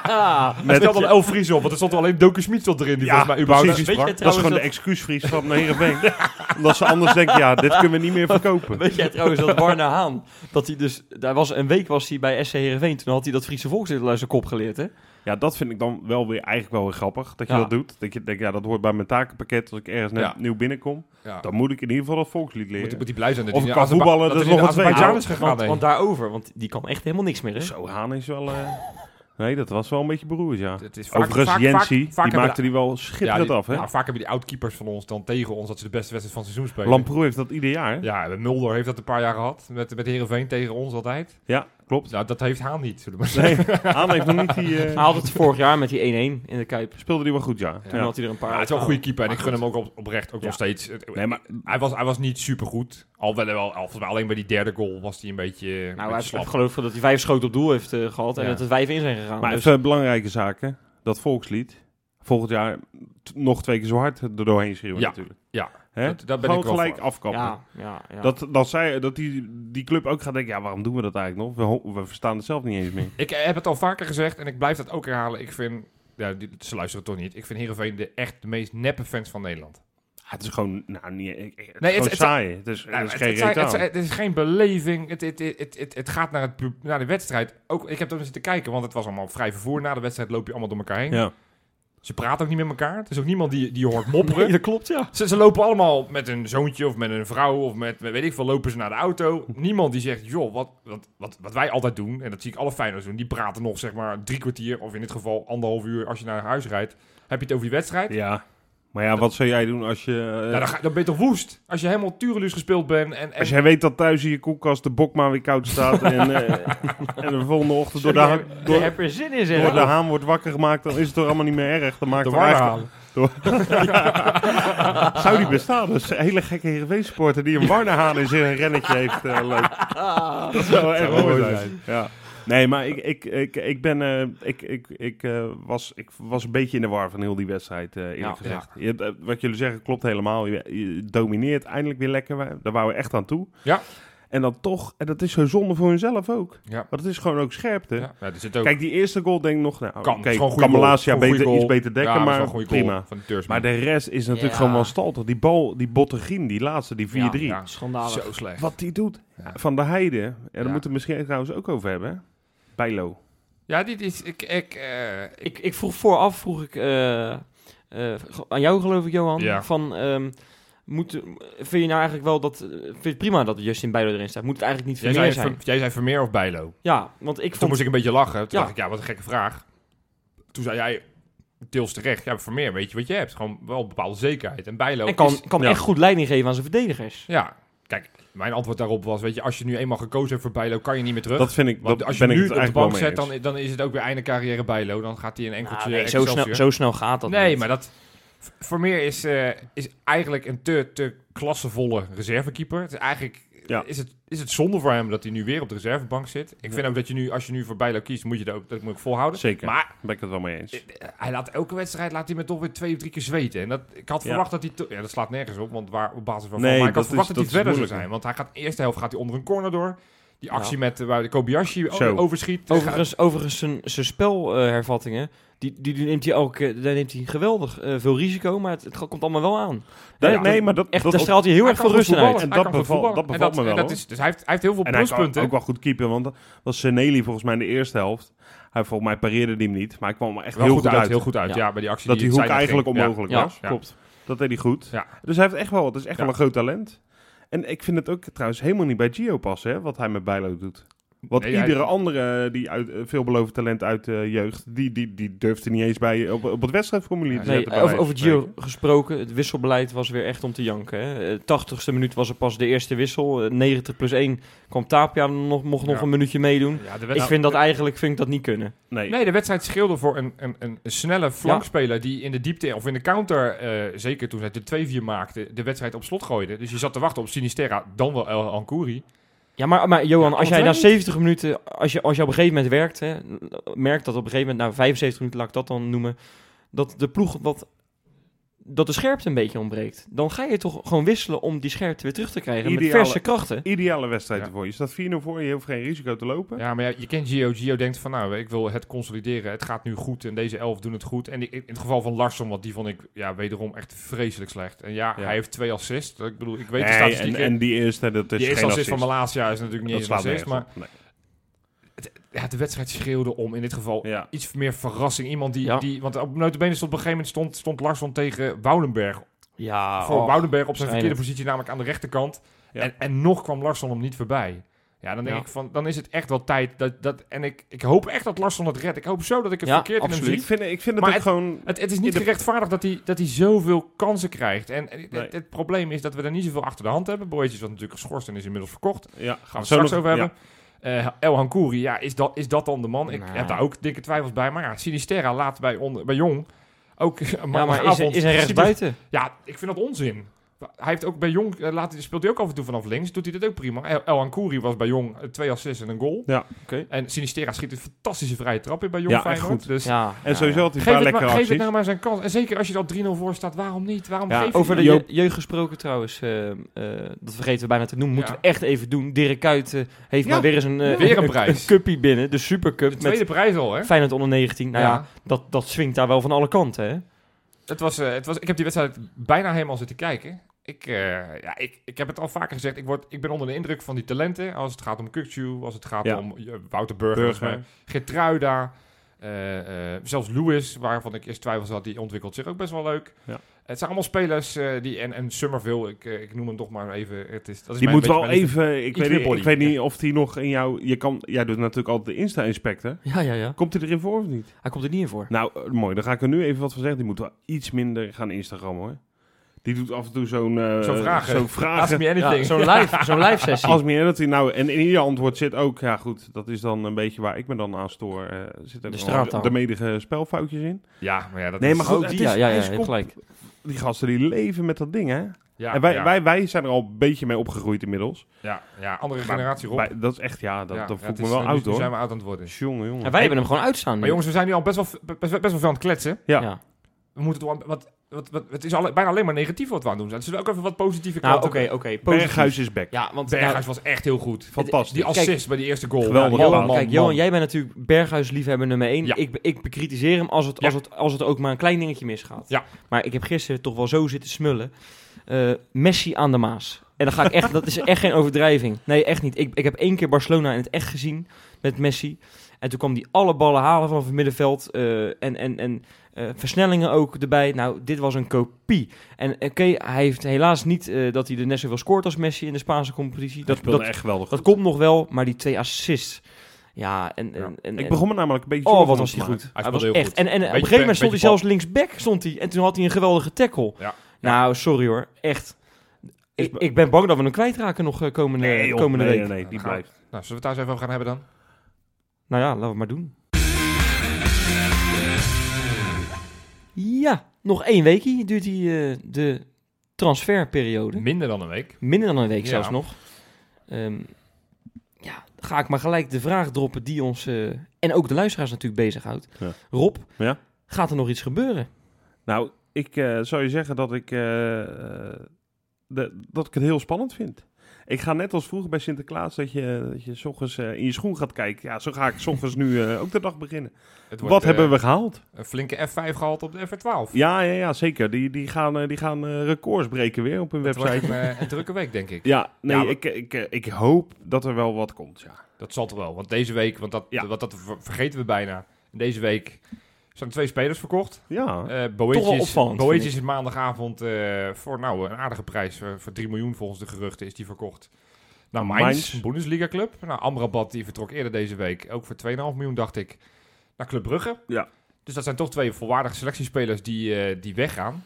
Speaker 2: Ah,
Speaker 1: Met,
Speaker 3: Stel dan elf Friese op. Want er stond alleen Doken Schmid tot erin. Die
Speaker 1: ja,
Speaker 3: volgens mij überhaupt
Speaker 1: precies.
Speaker 2: Weet je
Speaker 1: dat is gewoon de
Speaker 2: trouwens
Speaker 1: excuusvries van Heerenveen. Omdat ze anders denken, ja, dit kunnen we niet meer verkopen.
Speaker 2: Weet jij trouwens dat Warner Haan, dat hij dus, daar was een week was hij bij SC Heerenveen, toen had hij dat Friese volkslied al uit zijn kop geleerd, hè?
Speaker 1: Ja, dat vind ik dan wel weer eigenlijk wel weer grappig. Dat je
Speaker 2: Ja.
Speaker 1: dat doet. Dat je denkt, ja, dat hoort bij mijn takenpakket. Als ik ergens net
Speaker 3: Ja.
Speaker 1: nieuw binnenkom,
Speaker 3: Ja.
Speaker 1: dan moet ik in ieder geval dat volkslied
Speaker 3: Moet, die-
Speaker 1: leren.
Speaker 3: moet die blij zijn dat
Speaker 1: Of
Speaker 3: die
Speaker 1: kan voetballen, dat is
Speaker 3: hij naar
Speaker 1: nog een
Speaker 3: Azerbeidzjan
Speaker 1: tweede.
Speaker 3: is gegaan.
Speaker 2: want,
Speaker 3: hè.
Speaker 2: want daarover, want die kan echt helemaal niks meer, hè?
Speaker 1: Zo, Haan is wel... eh, Nee, dat was wel een beetje beroerd, ja.
Speaker 3: Het is vaak-
Speaker 1: Overigens,
Speaker 3: vaak-
Speaker 1: Jensie,
Speaker 3: vaak- vaak
Speaker 1: die
Speaker 3: hebben
Speaker 1: maakte die wel
Speaker 3: de- ja,
Speaker 1: schitterend
Speaker 3: die-
Speaker 1: af, hè?
Speaker 3: ja, vaak hebben die oud-keepers van ons dan tegen ons dat ze de beste wedstrijd van het seizoen spelen.
Speaker 1: Lamproe heeft dat ieder jaar. hè? Ja,
Speaker 3: Ja, en Mulder heeft dat een paar jaar gehad. Met, met Heerenveen tegen ons altijd.
Speaker 1: klopt.
Speaker 3: Nou, dat heeft Haan niet. Zullen we maar zeggen.
Speaker 1: Nee, Haan heeft nog niet die... eh,
Speaker 2: Hij had het vorig jaar met die 1-1 in de Kuip.
Speaker 1: Speelde die wel goed, ja.
Speaker 2: Toen
Speaker 1: ja. nou,
Speaker 2: had hij er een paar...
Speaker 3: Ja, het is wel een
Speaker 2: uit
Speaker 3: goede keeper. En ik
Speaker 2: Maar
Speaker 3: gun hem ook op, oprecht ook
Speaker 1: Ja.
Speaker 3: nog steeds. Het-
Speaker 1: Nee, maar
Speaker 3: Hij was, hij was niet supergoed. Al wel, wel, al, volgens mij alleen bij die derde goal was hij een beetje, een
Speaker 2: Nou,
Speaker 3: beetje
Speaker 2: hij heeft
Speaker 3: slap.
Speaker 2: geloof dat hij vijf schoten op doel heeft eh, gehad en
Speaker 3: Ja.
Speaker 2: dat er vijf in zijn gegaan.
Speaker 1: Maar
Speaker 2: dus-
Speaker 1: even belangrijke zaken. Dat volkslied. Volgend jaar t- nog twee keer zo hard er doorheen schreeuwen
Speaker 3: Ja,
Speaker 1: natuurlijk.
Speaker 3: ja.
Speaker 1: Hè?
Speaker 3: Dat- daar ben
Speaker 1: Gewoon
Speaker 3: ik wel
Speaker 1: gelijk
Speaker 3: voor.
Speaker 1: afkappen.
Speaker 2: ja, ja, ja.
Speaker 1: Dat, dat, zij, dat die, die club ook gaat denken, ja, waarom doen we dat eigenlijk nog? We, ho- we verstaan het zelf niet eens meer.
Speaker 3: Ik heb het al vaker gezegd en ik blijf dat ook herhalen. Ik vind, ja, die- ze luisteren toch niet. Ik vind Heerenveen de echt de meest neppe fans van Nederland.
Speaker 1: Ah, het is gewoon, nou, niet, nee, het is gewoon
Speaker 3: het- het-
Speaker 1: saai. Het is, het
Speaker 3: Nou,
Speaker 1: is
Speaker 3: het,
Speaker 1: geen
Speaker 3: het zijn-
Speaker 1: reet
Speaker 3: het,
Speaker 1: aan.
Speaker 3: zijn- het is geen beleving. Het, het, het, het, het, het gaat naar, het, pub- naar de wedstrijd. Ook, ik heb er zitten kijken, want het was allemaal vrij vervoer. Na de wedstrijd loop je allemaal door elkaar heen.
Speaker 1: Ja.
Speaker 3: Ze praten ook niet met elkaar. Er is ook niemand die, die je hoort
Speaker 2: Nee,
Speaker 3: mopperen.
Speaker 2: dat klopt, ja.
Speaker 3: Ze, ze lopen allemaal met een zoontje of met een vrouw of met, met- weet ik veel, lopen ze naar de auto. Niemand die zegt, joh, wat, wat, wat, wat wij altijd doen, en dat zie ik alle Feyenoorders doen, die praten nog zeg maar drie kwartier of in dit geval anderhalf uur als je naar huis rijdt. Heb je het over die wedstrijd? Ja.
Speaker 1: ja. Maar ja, wat zou jij doen als je... eh,
Speaker 3: dan, ga- dan ben je toch woest? Als je helemaal tureluus gespeeld bent en... en
Speaker 1: als jij weet dat thuis in je koelkast de bok maar weer koud staat en, eh, en de volgende ochtend door de,
Speaker 2: Daar
Speaker 1: ha-
Speaker 2: heb- daar
Speaker 1: door,
Speaker 2: heb je er zin in,
Speaker 1: door
Speaker 2: zeg.
Speaker 1: de haan wordt wakker gemaakt, dan is het toch allemaal niet meer erg. Dan maakt
Speaker 3: de
Speaker 1: het
Speaker 3: war
Speaker 1: eigenlijk-
Speaker 3: halen.
Speaker 1: Zou die bestaan? Dat is een hele gekke Heerenveen-supporter die een warnehaan in zijn rennetje heeft eh lopen. Dat zou echt
Speaker 3: wel
Speaker 1: mooi
Speaker 3: mooi
Speaker 1: zijn. Ja. Nee, maar ik, ik, ik, ik ben... eh, ik, ik, ik, eh, was, ik was een beetje in de war van heel die wedstrijd, eh, eerlijk
Speaker 2: Ja,
Speaker 1: gezegd. Je hebt, eh, wat jullie zeggen klopt helemaal. Je, je domineert eindelijk weer lekker. Wij- Daar waren we echt aan toe.
Speaker 3: Ja.
Speaker 1: En dan toch... En dat is zo zonde voor hunzelf ook.
Speaker 3: Ja.
Speaker 1: Want het is gewoon ook scherpte.
Speaker 3: Ja, ja, er zit ook...
Speaker 1: Kijk, die eerste goal denk ik nog... Nou,
Speaker 3: kan,
Speaker 1: oké,
Speaker 3: Het is gewoon een goede goal.
Speaker 1: Kamalasia
Speaker 3: Gewoon een
Speaker 1: beter,
Speaker 3: goede
Speaker 1: iets
Speaker 3: goal.
Speaker 1: beter dekken,
Speaker 3: Ja, dat is wel
Speaker 1: maar
Speaker 3: een goede goal
Speaker 1: prima.
Speaker 3: van de Teursman.
Speaker 1: Maar de rest is natuurlijk
Speaker 2: Ja.
Speaker 1: gewoon wanstaltig. Die bal, die Bottegien, die laatste, die 4-3.
Speaker 3: Ja, ja.
Speaker 2: Schandalig.
Speaker 3: Zo slecht.
Speaker 1: Wat die doet.
Speaker 3: Ja.
Speaker 1: Van de Heide. Ja, daar
Speaker 3: Ja.
Speaker 1: moeten we misschien trouwens ook over hebben. hè? Bijlo.
Speaker 3: Ja, dit is... Ik, ik, eh, ik,
Speaker 2: Ik, ik vroeg vooraf, vroeg ik eh, eh, ge- aan jou geloof ik, Johan,
Speaker 3: Ja.
Speaker 2: van... ehm, moet, vind je nou eigenlijk wel dat... eh, Vind je het prima dat Justin Bijlo erin staat? Moet het eigenlijk niet
Speaker 3: jij,
Speaker 2: Vermeer
Speaker 3: zei,
Speaker 2: zijn?
Speaker 3: Ver- jij zei Vermeer of Bijlo?
Speaker 2: Ja, want ik
Speaker 3: Toen
Speaker 2: vond...
Speaker 3: moest ik een beetje lachen. Toen
Speaker 2: Ja.
Speaker 3: dacht ik, ja, wat een gekke vraag. Toen zei jij, deels terecht, ja, Vermeer, weet je wat je hebt? Gewoon wel een bepaalde zekerheid. En Bijlo
Speaker 2: En kan,
Speaker 3: is-
Speaker 2: kan
Speaker 1: ja.
Speaker 2: echt goed leiding geven aan zijn verdedigers.
Speaker 3: Ja, kijk, mijn antwoord daarop was, weet je, als je nu eenmaal gekozen hebt voor Bijlo, kan je niet meer terug.
Speaker 1: Dat vind ik,
Speaker 3: Want
Speaker 1: dat
Speaker 3: als je
Speaker 1: ben ik
Speaker 3: nu
Speaker 1: het
Speaker 3: op de
Speaker 1: eigenlijk wel
Speaker 3: bank
Speaker 1: mee
Speaker 3: zet,
Speaker 1: eens.
Speaker 3: dan, dan is het ook weer einde carrière Bijlo. Dan gaat hij een enkeltje
Speaker 2: Nou, nee, zo,
Speaker 3: Excelsior.
Speaker 2: snel, zo snel gaat dat
Speaker 3: nee,
Speaker 2: niet.
Speaker 3: maar dat... V- Vermeer is, eh, is eigenlijk een te, te klassevolle reservekeeper. Het is eigenlijk
Speaker 1: Ja.
Speaker 3: is, het, is het zonde voor hem dat hij nu weer op de reservebank zit. Ik vind ook dat je nu, als je nu voor Bijlo kiest, moet je dat ook dat moet ik volhouden.
Speaker 1: Zeker.
Speaker 3: Maar eh,
Speaker 1: ben ik het wel mee eens.
Speaker 3: hij laat elke wedstrijd laat hij me toch weer twee of drie keer zweten. En dat, ik had
Speaker 1: Ja.
Speaker 3: verwacht dat hij... to- Ja, dat slaat nergens op, want waar, op basis van...
Speaker 1: Nee,
Speaker 3: maar
Speaker 1: dat
Speaker 3: ik had
Speaker 1: is-
Speaker 3: verwacht dat,
Speaker 1: dat
Speaker 3: hij
Speaker 1: is
Speaker 3: verder zou
Speaker 1: moeilijk.
Speaker 3: zijn. Want hij gaat, de eerste helft gaat hij onder een corner door. Die
Speaker 2: Ja.
Speaker 3: actie met eh, waar de Kobayashi o-
Speaker 1: Zo.
Speaker 3: overschiet.
Speaker 2: Overigens, overigens zijn, zijn spelhervattingen, die, die, die neemt hij ook, eh, daar neemt hij geweldig eh, veel risico, maar het, het komt allemaal wel aan.
Speaker 1: Nee,
Speaker 3: ja,
Speaker 1: nee, maar dat,
Speaker 2: Echt,
Speaker 1: dat
Speaker 2: daar straalt hij heel erg veel rust
Speaker 3: voetballen.
Speaker 2: uit.
Speaker 1: En
Speaker 3: Hij
Speaker 1: dat
Speaker 3: kan goed
Speaker 1: bevalt-
Speaker 3: voetballen.
Speaker 1: dat
Speaker 3: En
Speaker 1: bevalt me wel,
Speaker 3: en dat
Speaker 1: hoor.
Speaker 3: is, Dus hij heeft, hij heeft heel veel
Speaker 1: en hij kan
Speaker 3: pluspunten.
Speaker 1: ook wel goed keeper, want dat was Seneli volgens mij in de eerste helft. Hij volgens mij pareerde die hem niet, maar hij kwam er echt
Speaker 3: Wel
Speaker 1: heel goed uit.
Speaker 3: Heel goed uit,
Speaker 2: Ja.
Speaker 3: ja. bij die actie
Speaker 1: Dat die
Speaker 3: het
Speaker 1: hoek
Speaker 3: zijde
Speaker 1: eigenlijk
Speaker 3: ging.
Speaker 1: onmogelijk
Speaker 2: Ja,
Speaker 1: was.
Speaker 3: Ja.
Speaker 2: klopt.
Speaker 1: Dat deed hij goed.
Speaker 3: Ja.
Speaker 1: Dus hij heeft echt wel, het is echt
Speaker 3: Ja.
Speaker 1: wel een groot talent. En ik vind het ook trouwens helemaal niet bij Gio passen, hè, wat hij met Bijlo doet.
Speaker 3: Ja.
Speaker 1: Want
Speaker 3: Nee,
Speaker 1: iedere
Speaker 3: hij-
Speaker 1: andere die uit, eh, veelbelovend talent uit de jeugd, die, die, die durfde niet eens bij op, op het wedstrijdformulier te
Speaker 3: Nee,
Speaker 1: zetten.
Speaker 2: Nee,
Speaker 1: bij
Speaker 2: over,
Speaker 1: wijze
Speaker 2: over
Speaker 1: van
Speaker 2: Gio
Speaker 1: spreken.
Speaker 2: gesproken, het wisselbeleid was weer echt om te janken. Hè. 80ste minuut was er pas de eerste wissel. Eh, 90 plus 1 kwam Tapia nog, mocht nog
Speaker 3: Ja.
Speaker 2: een minuutje meedoen.
Speaker 3: Ja, de
Speaker 2: Ik
Speaker 1: nou-
Speaker 2: vind dat eigenlijk vind ik dat niet kunnen.
Speaker 1: Nee.
Speaker 3: Nee, de wedstrijd scheelde voor een, een, een een snelle flankspeler die in de diepte of in de counter, eh, zeker toen zij de 2-4 maakte, de wedstrijd op slot gooide. Dus je zat te wachten op Sinisterra, dan wel El Ankouri.
Speaker 2: Ja, maar, maar Johan,
Speaker 3: Ja,
Speaker 2: als jij na
Speaker 3: ontwijkt.
Speaker 2: 70 minuten, als je, als je op een gegeven moment werkt, hè, merkt dat op een gegeven moment, na 75 minuten laat ik dat dan noemen, dat de ploeg wat, dat de scherpte een beetje ontbreekt. Dan ga je toch gewoon wisselen om die scherpte weer terug te krijgen met
Speaker 1: Ideale-
Speaker 2: verse krachten.
Speaker 1: Ideale wedstrijd
Speaker 3: Ja.
Speaker 1: ervoor. Je staat 4-0 voor, je hoeft geen risico te lopen.
Speaker 3: Ja, maar ja, je kent Gio. Gio denkt van, nou, ik wil het consolideren. Het gaat nu goed en deze elf doen het goed. En die- in het geval van Larsson, want die vond ik ja, wederom echt vreselijk slecht. En ja,
Speaker 1: Ja.
Speaker 3: hij heeft twee assists. Ik bedoel, ik weet de
Speaker 1: Nee, en,
Speaker 3: statistieken.
Speaker 1: en die eerste, dat is
Speaker 3: die
Speaker 1: geen
Speaker 3: eerste assist
Speaker 1: assist.
Speaker 3: van Malasia is natuurlijk niet
Speaker 1: dat
Speaker 3: eens een
Speaker 1: slaat
Speaker 3: assist.
Speaker 1: nergens
Speaker 3: Maar
Speaker 1: op. Nee.
Speaker 3: ja, de wedstrijd schreeuwde om in dit geval
Speaker 1: Ja.
Speaker 3: iets meer verrassing. Iemand die,
Speaker 2: Ja.
Speaker 3: die want op notabene stond op een gegeven moment stond, stond Larsson tegen Woudenberg.
Speaker 2: Ja, oh.
Speaker 3: voor
Speaker 2: och.
Speaker 3: Woudenberg op zijn
Speaker 2: schrijnend.
Speaker 3: verkeerde positie, namelijk aan de rechterkant.
Speaker 1: Ah, oh, Ja.
Speaker 3: En, en nog kwam Larsson hem niet voorbij. Ja, dan denk
Speaker 2: Ja.
Speaker 3: ik van, dan is het echt wel tijd. Dat, dat, en ik, ik hoop echt dat Larsson het redt. Ik hoop zo dat ik het
Speaker 2: Ja,
Speaker 3: verkeerd in hem
Speaker 1: Dus Ik
Speaker 3: zie.
Speaker 1: vind, ik vind het
Speaker 3: Maar
Speaker 1: ook gewoon...
Speaker 3: Het, het is niet
Speaker 1: In de-
Speaker 3: gerechtvaardigd dat hij, dat hij zoveel kansen krijgt. En en het,
Speaker 1: Nee.
Speaker 3: het, probleem is dat we er niet zoveel achter de hand hebben. Boetjes was natuurlijk geschorst en is inmiddels verkocht. Gaan
Speaker 1: Ja,
Speaker 3: we
Speaker 1: gaan
Speaker 3: het straks over hebben. Eh, El Hankouri, ja, is dat, is dat dan de man? Ik
Speaker 2: Nou.
Speaker 3: heb daar ook dikke twijfels bij. Maar ja, Sinisterra laat bij, onder, bij Jong ook een
Speaker 2: Ja, maar is,
Speaker 3: maandagavond
Speaker 2: is er rechtsbuiten?
Speaker 3: ja, ik vind dat onzin. Hij heeft ook bij Jong, eh, laat, speelt hij ook af en toe vanaf links, doet hij dat ook prima. El, El Ankouri was bij Jong eh, twee assists en een goal.
Speaker 1: Ja.
Speaker 2: Oké.
Speaker 3: En Sinistera schiet een fantastische vrije trap in bij Jong
Speaker 1: Ja, echt
Speaker 3: Feyenoord.
Speaker 1: goed.
Speaker 3: Dus
Speaker 2: Ja,
Speaker 1: En
Speaker 2: ja,
Speaker 1: sowieso
Speaker 2: ja.
Speaker 1: had hij een
Speaker 3: geef,
Speaker 1: paar
Speaker 3: het
Speaker 1: lekkere
Speaker 3: maar, geef het
Speaker 1: acties.
Speaker 3: nou maar zijn kans. En zeker als je al 3-0 voor staat, waarom niet? Waarom
Speaker 1: Ja,
Speaker 3: geef je
Speaker 2: Over de
Speaker 3: niet?
Speaker 1: Joop-
Speaker 2: je- jeugd gesproken trouwens, eh, eh, dat vergeten we bijna te noemen, moeten
Speaker 3: Ja.
Speaker 2: we echt even doen. Dirk Kuyt eh, heeft
Speaker 1: Ja,
Speaker 2: maar weer eens een, eh,
Speaker 3: weer een prijs.
Speaker 2: cuppie binnen, de Supercup
Speaker 3: De
Speaker 2: met
Speaker 3: tweede prijs al, hè?
Speaker 2: Feyenoord onder 19. Nou ja,
Speaker 3: Ja.
Speaker 2: dat, dat swingt daar wel van alle kanten, hè?
Speaker 3: Het was, eh, het was, ik heb die wedstrijd bijna helemaal zitten kijken. Ik, eh, ja, ik, ik heb het al vaker gezegd. Ik, word, ik ben onder de indruk van die talenten. Als het gaat om Kukcu, als het gaat
Speaker 1: Ja.
Speaker 3: om eh, Wouter Burger, volgens
Speaker 1: Burger.
Speaker 3: mij. Gertruida. eh, eh, zelfs Lewis, waarvan ik eerst twijfels had, die ontwikkelt zich ook best wel leuk.
Speaker 1: Ja.
Speaker 3: Het zijn allemaal spelers eh, die... En, en Summerville, ik, eh, ik noem hem toch maar even. Het is, dat is
Speaker 1: Die
Speaker 3: mijn-
Speaker 1: moet
Speaker 3: een
Speaker 1: wel
Speaker 3: beetje mijn-
Speaker 1: even... Ik
Speaker 3: Iets
Speaker 1: weet,
Speaker 3: meer
Speaker 1: niet,
Speaker 3: body.
Speaker 1: ik weet niet of die nog in jou... Je kan, jij doet natuurlijk altijd de Insta-inspector.
Speaker 2: Ja, ja, ja.
Speaker 1: Komt hij erin voor of niet?
Speaker 2: Hij komt er niet in voor.
Speaker 1: Nou, eh, mooi. Dan ga ik er nu even wat van zeggen. Die moet wel iets minder gaan Instagram hoor. Die doet af en toe zo'n... eh,
Speaker 3: Zo'n vragen.
Speaker 1: Zo'n
Speaker 3: Ask
Speaker 1: vragen.
Speaker 3: me anything.
Speaker 2: zo'n live, zo'n live sessie.
Speaker 1: Als meer dat hij nou... En in ieder antwoord zit ook... Ja goed, dat is dan een beetje waar ik me dan aan stoor. eh, zit ook
Speaker 2: De
Speaker 1: wel
Speaker 2: straattaal.
Speaker 1: de medige spelfoutjes in.
Speaker 3: Ja, maar ja, dat
Speaker 1: Nee,
Speaker 3: is...
Speaker 1: maar goed,
Speaker 2: oh, die,
Speaker 1: het
Speaker 2: ja,
Speaker 1: is-
Speaker 2: ja,
Speaker 1: hij
Speaker 2: ja,
Speaker 1: is
Speaker 2: je hebt
Speaker 1: comp-
Speaker 2: gelijk.
Speaker 1: Die gasten die leven met dat ding hè.
Speaker 3: Ja,
Speaker 1: en wij,
Speaker 3: ja,
Speaker 1: wij, wij zijn er al een beetje mee opgegroeid inmiddels.
Speaker 3: ja, ja, andere
Speaker 1: Maar
Speaker 3: generatie, Rob.
Speaker 1: Bij- dat is echt, ja, dat,
Speaker 3: ja,
Speaker 1: dat
Speaker 3: ja,
Speaker 1: voelt
Speaker 3: het
Speaker 1: me
Speaker 3: is-
Speaker 1: wel
Speaker 3: nu-
Speaker 1: oud
Speaker 3: nu
Speaker 1: hoor.
Speaker 3: zijn we oud aan het worden.
Speaker 1: Jongen, jongen.
Speaker 2: En wij hebben hem gewoon uitstaan.
Speaker 3: Maar jongens, we zijn nu al best wel, best, wel- best wel veel aan het kletsen.
Speaker 1: Ja.
Speaker 2: Ja.
Speaker 3: We moeten toch... aan- Wat, wat, wat, het is alle, bijna alleen maar negatief wat we aan het doen zijn. Dus we ook even wat positieve
Speaker 2: nou,
Speaker 3: kanten.
Speaker 2: oké, oké. positief.
Speaker 1: Berghuis is back.
Speaker 2: Ja, want nou,
Speaker 3: Berghuis was echt heel goed.
Speaker 1: Fantastisch.
Speaker 3: Die assist bij die eerste goal.
Speaker 1: Geweldig.
Speaker 3: Ja,
Speaker 2: Johan,
Speaker 1: man,
Speaker 2: kijk,
Speaker 1: man.
Speaker 2: Johan, jij bent natuurlijk Berghuis liefhebber nummer 1.
Speaker 3: Ja.
Speaker 2: Ik, be- ik bekritiseer hem als het, als,
Speaker 3: Ja.
Speaker 2: het, als het ook maar een klein dingetje misgaat.
Speaker 3: Ja.
Speaker 2: Maar ik heb gisteren toch wel zo zitten smullen. Eh, Messi aan de Maas. En dan ga ik echt, dat is echt geen overdrijving. Nee, echt niet. Ik, ik heb één keer Barcelona in het echt gezien met Messi. En toen kwam die alle ballen halen vanaf het middenveld. eh, en en, en eh, versnellingen ook erbij. Nou, dit was een kopie. En eh, oké, hij heeft helaas niet eh, dat hij er net zoveel scoort als Messi in de Spaanse competitie.
Speaker 1: Dat
Speaker 2: Dat,
Speaker 1: speelde
Speaker 2: dat,
Speaker 1: echt geweldig.
Speaker 2: dat komt nog wel, maar die twee assists. Ja, en... en, en
Speaker 1: ik begon me namelijk een beetje
Speaker 2: Oh,
Speaker 1: zorgen
Speaker 2: wat
Speaker 1: om
Speaker 2: was
Speaker 1: te
Speaker 2: hij
Speaker 1: maken.
Speaker 2: goed.
Speaker 3: Hij
Speaker 2: Hij was
Speaker 3: speelde heel
Speaker 2: echt...
Speaker 3: goed.
Speaker 2: En, en op een
Speaker 3: Beetje
Speaker 2: gegeven moment stond hij
Speaker 3: back, beetje bal.
Speaker 2: zelfs linksback, stond hij. En toen had hij een geweldige tackle.
Speaker 3: Ja, ja.
Speaker 2: Nou, sorry hoor. Echt.
Speaker 1: Is
Speaker 2: Ik,
Speaker 1: be-
Speaker 2: ik ben bang dat we hem kwijtraken nog eh, komende,
Speaker 1: Nee, joh,
Speaker 2: komende
Speaker 1: nee,
Speaker 2: week.
Speaker 1: nee, nee, die
Speaker 3: Dan gaan we-
Speaker 1: blijft.
Speaker 3: Nou, zullen we het daar eens even over gaan hebben dan?
Speaker 2: Nou ja, laten we maar doen. Ja, nog één weekje duurt die, eh, de transferperiode.
Speaker 3: Minder dan een week.
Speaker 2: Minder dan een week
Speaker 3: Ja.
Speaker 2: zelfs nog. Ehm, ja, ga ik maar gelijk de vraag droppen die ons eh, en ook de luisteraars natuurlijk bezighoudt.
Speaker 1: Ja.
Speaker 2: Rob,
Speaker 1: Ja?
Speaker 2: gaat er nog iets gebeuren?
Speaker 1: Nou, ik eh, zou je zeggen dat ik, eh, eh, de, dat ik het heel spannend vind. Ik ga net als vroeger bij Sinterklaas dat je, dat je s ochtends eh, in je schoen gaat kijken. Ja, zo ga ik s ochtends nu eh, ook de dag beginnen.
Speaker 3: Het wordt,
Speaker 1: Wat
Speaker 3: eh,
Speaker 1: hebben we gehaald?
Speaker 3: Een flinke F5 gehaald op de F12.
Speaker 1: Ja, ja, ja zeker. Die, die gaan, eh, die gaan eh, records breken weer op hun
Speaker 3: Het wordt
Speaker 1: website.
Speaker 3: een, eh, een drukke week, denk ik.
Speaker 1: Ja, nee,
Speaker 3: Ja, maar-
Speaker 1: ik, ik, eh, ik hoop dat er wel wat komt, ja.
Speaker 3: Dat zal toch wel. Want deze week, want dat,
Speaker 1: Ja.
Speaker 3: want dat ver- vergeten we bijna. Deze week zijn er twee spelers verkocht.
Speaker 1: Ja,
Speaker 3: Eh
Speaker 2: Toch wel
Speaker 3: Boetjes
Speaker 2: opvallend,
Speaker 3: Boetjes
Speaker 2: vind
Speaker 3: is maandagavond eh, voor nou, een aardige prijs. eh, voor 3 miljoen volgens de geruchten is die verkocht naar Mainz,
Speaker 1: Mainz.
Speaker 3: Bundesliga club. Nou, Amrabat die vertrok eerder deze week, ook voor 2,5 miljoen dacht ik, naar Club Brugge.
Speaker 1: Ja.
Speaker 3: Dus dat zijn toch twee volwaardige selectiespelers die, eh, die weggaan.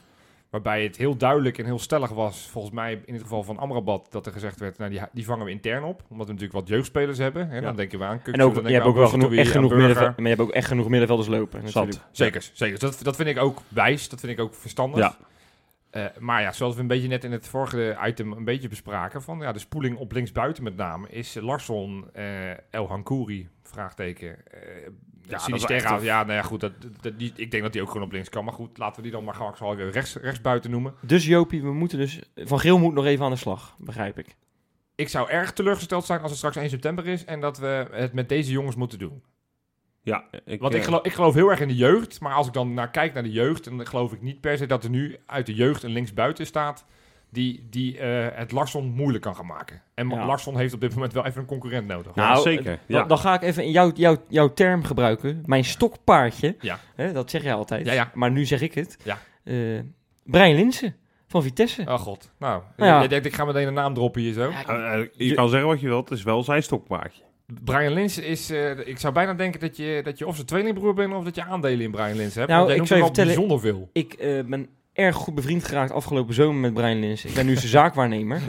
Speaker 3: Waarbij het heel duidelijk en heel stellig was, volgens mij in het geval van Amrabat, dat er gezegd werd, nou die, die vangen we intern op. Omdat we natuurlijk wat jeugdspelers hebben. Hè?
Speaker 1: Ja.
Speaker 3: Dan denken we aan Kukzu,
Speaker 2: En ook,
Speaker 3: dan
Speaker 2: je
Speaker 3: denken
Speaker 2: hebt
Speaker 3: we
Speaker 2: ook
Speaker 3: aan
Speaker 2: wel genoeg,
Speaker 3: Bouzoudoui,
Speaker 2: echt
Speaker 3: aan
Speaker 2: genoeg
Speaker 3: Burger.
Speaker 2: middenvelders, maar je hebt ook echt genoeg middenvelders lopen. Natuurlijk.
Speaker 3: Zeker, zeker. Dat, dat vind ik ook wijs. Dat vind ik ook verstandig.
Speaker 1: Ja.
Speaker 3: Eh, maar ja, zoals we een beetje net in het vorige item een beetje bespraken, van ja, de spoeling op linksbuiten met name, is Larsson, eh El Hankouri, vraagteken. Eh ja,
Speaker 1: dat is
Speaker 3: Sinisterra,
Speaker 1: echt een-
Speaker 3: ja, nou ja, goed, dat, dat, die, ik denk dat die ook gewoon op links kan. Maar goed, laten we die dan maar gewoon gewoon weer rechts, rechtsbuiten noemen.
Speaker 2: Dus Jopie, we moeten dus... Van Geel moet nog even aan de slag, begrijp ik.
Speaker 3: Ik zou erg teleurgesteld zijn als het straks 1 september is en dat we het met deze jongens moeten doen.
Speaker 1: Ja, ik,
Speaker 3: Want
Speaker 1: eh,
Speaker 3: ik geloof, ik geloof heel erg in de jeugd. Maar als ik dan naar kijk naar de jeugd, dan geloof ik niet per se dat er nu uit de jeugd een linksbuiten staat. Die, die eh, het Larsson moeilijk kan gaan maken. En
Speaker 2: Ja.
Speaker 3: Larsson heeft op dit moment wel even een concurrent nodig.
Speaker 1: Ja, zeker,
Speaker 2: eh,
Speaker 1: ja.
Speaker 2: Dan, dan ga ik even in jouw, jouw, jouw term gebruiken. Mijn stokpaardje.
Speaker 3: Ja.
Speaker 2: Hè, dat zeg jij altijd.
Speaker 3: Ja, ja.
Speaker 2: Maar nu zeg ik het.
Speaker 3: Ja.
Speaker 2: Eh, Brian Linsen van Vitesse.
Speaker 3: Oh god. Nou,
Speaker 2: Nou ja.
Speaker 3: je denkt ik ga meteen een naam droppen hier zo.
Speaker 2: Ja, ik-
Speaker 1: eh, eh, je kan zeggen wat je wilt, het is wel zijn stokpaardje.
Speaker 3: Brian Lins is... eh, ik zou bijna denken dat je, dat je of zijn tweelingbroer bent of dat je aandelen in Brian Lins hebt.
Speaker 2: Nou,
Speaker 3: want jij
Speaker 2: ik
Speaker 3: noemt
Speaker 2: zou
Speaker 3: hem
Speaker 2: je
Speaker 3: al bijzonder veel.
Speaker 2: Ik eh, ben erg goed bevriend geraakt afgelopen zomer met Brian Lins. Ik ben nu zijn zaakwaarnemer.